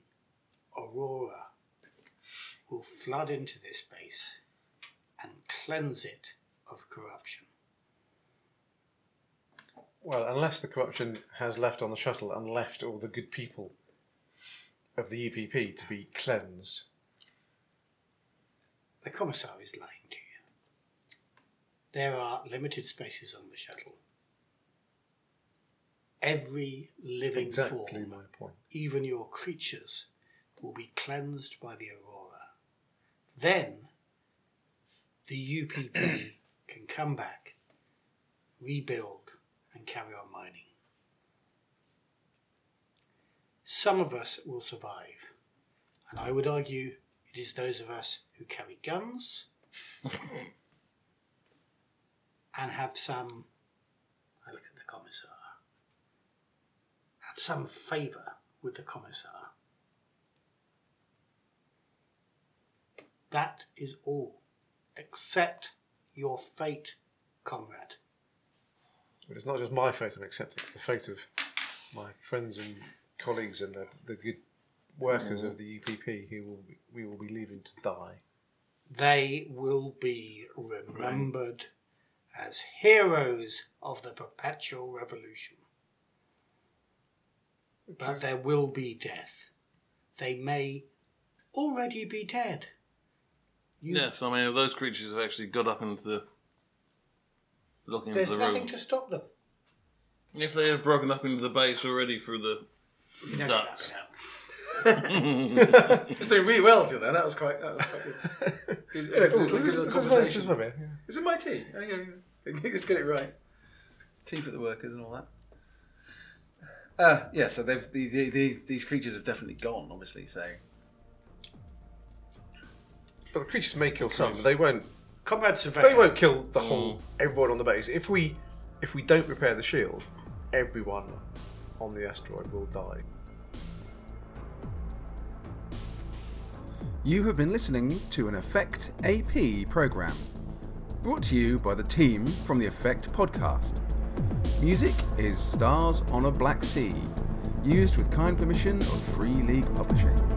[SPEAKER 4] aurora will flood into this base and cleanse it of corruption.
[SPEAKER 5] Well, unless the corruption has left on the shuttle and left all the good people of the EPP to be cleansed.
[SPEAKER 4] The commissar is lying to you. There are limited spaces on the shuttle. Every living
[SPEAKER 5] Exactly
[SPEAKER 4] form
[SPEAKER 5] my point.
[SPEAKER 4] even your creatures will be cleansed by the aurora. Then the UPP can come back, rebuild, and carry on mining. Some of us will survive, and I would argue it is those of us who carry guns and have some. I look at the commissar have some favour with the commissar. That is all. Accept your fate, comrade.
[SPEAKER 5] But it's not just my fate I'm accepting, it's the fate of my friends and colleagues and the, the good workers of the UPP who will be, we will be leaving to die.
[SPEAKER 4] They will be remembered as heroes of the perpetual revolution. But there will be death. They may already be dead. You-
[SPEAKER 3] Yes, I mean, those creatures have actually got up into the. Looking into
[SPEAKER 4] There's
[SPEAKER 3] the
[SPEAKER 4] nothing
[SPEAKER 3] room.
[SPEAKER 4] to stop them.
[SPEAKER 3] If they have broken up into the base already through the
[SPEAKER 4] You know
[SPEAKER 3] ducts.
[SPEAKER 4] that.
[SPEAKER 2] It's doing really well till then. That was quite. That was quite *laughs* good. good, good, good, good conversation. Is it my tea? Oh, yeah, yeah. *laughs* Let's get it right. Tea for the workers and all that. Uh, yeah, so they've the, the, the, these creatures have definitely gone, obviously. So
[SPEAKER 5] But the creatures may kill some. but They won't.
[SPEAKER 4] Combat surveyor.
[SPEAKER 5] They won't kill the whole everyone on the base. If we if we don't repair the shield, everyone on the asteroid will die.
[SPEAKER 2] You have been listening to an Effect AP program, brought to you by the team from the Effect podcast. Music is Stars on a Black Sea, used with kind permission of Free League Publishing.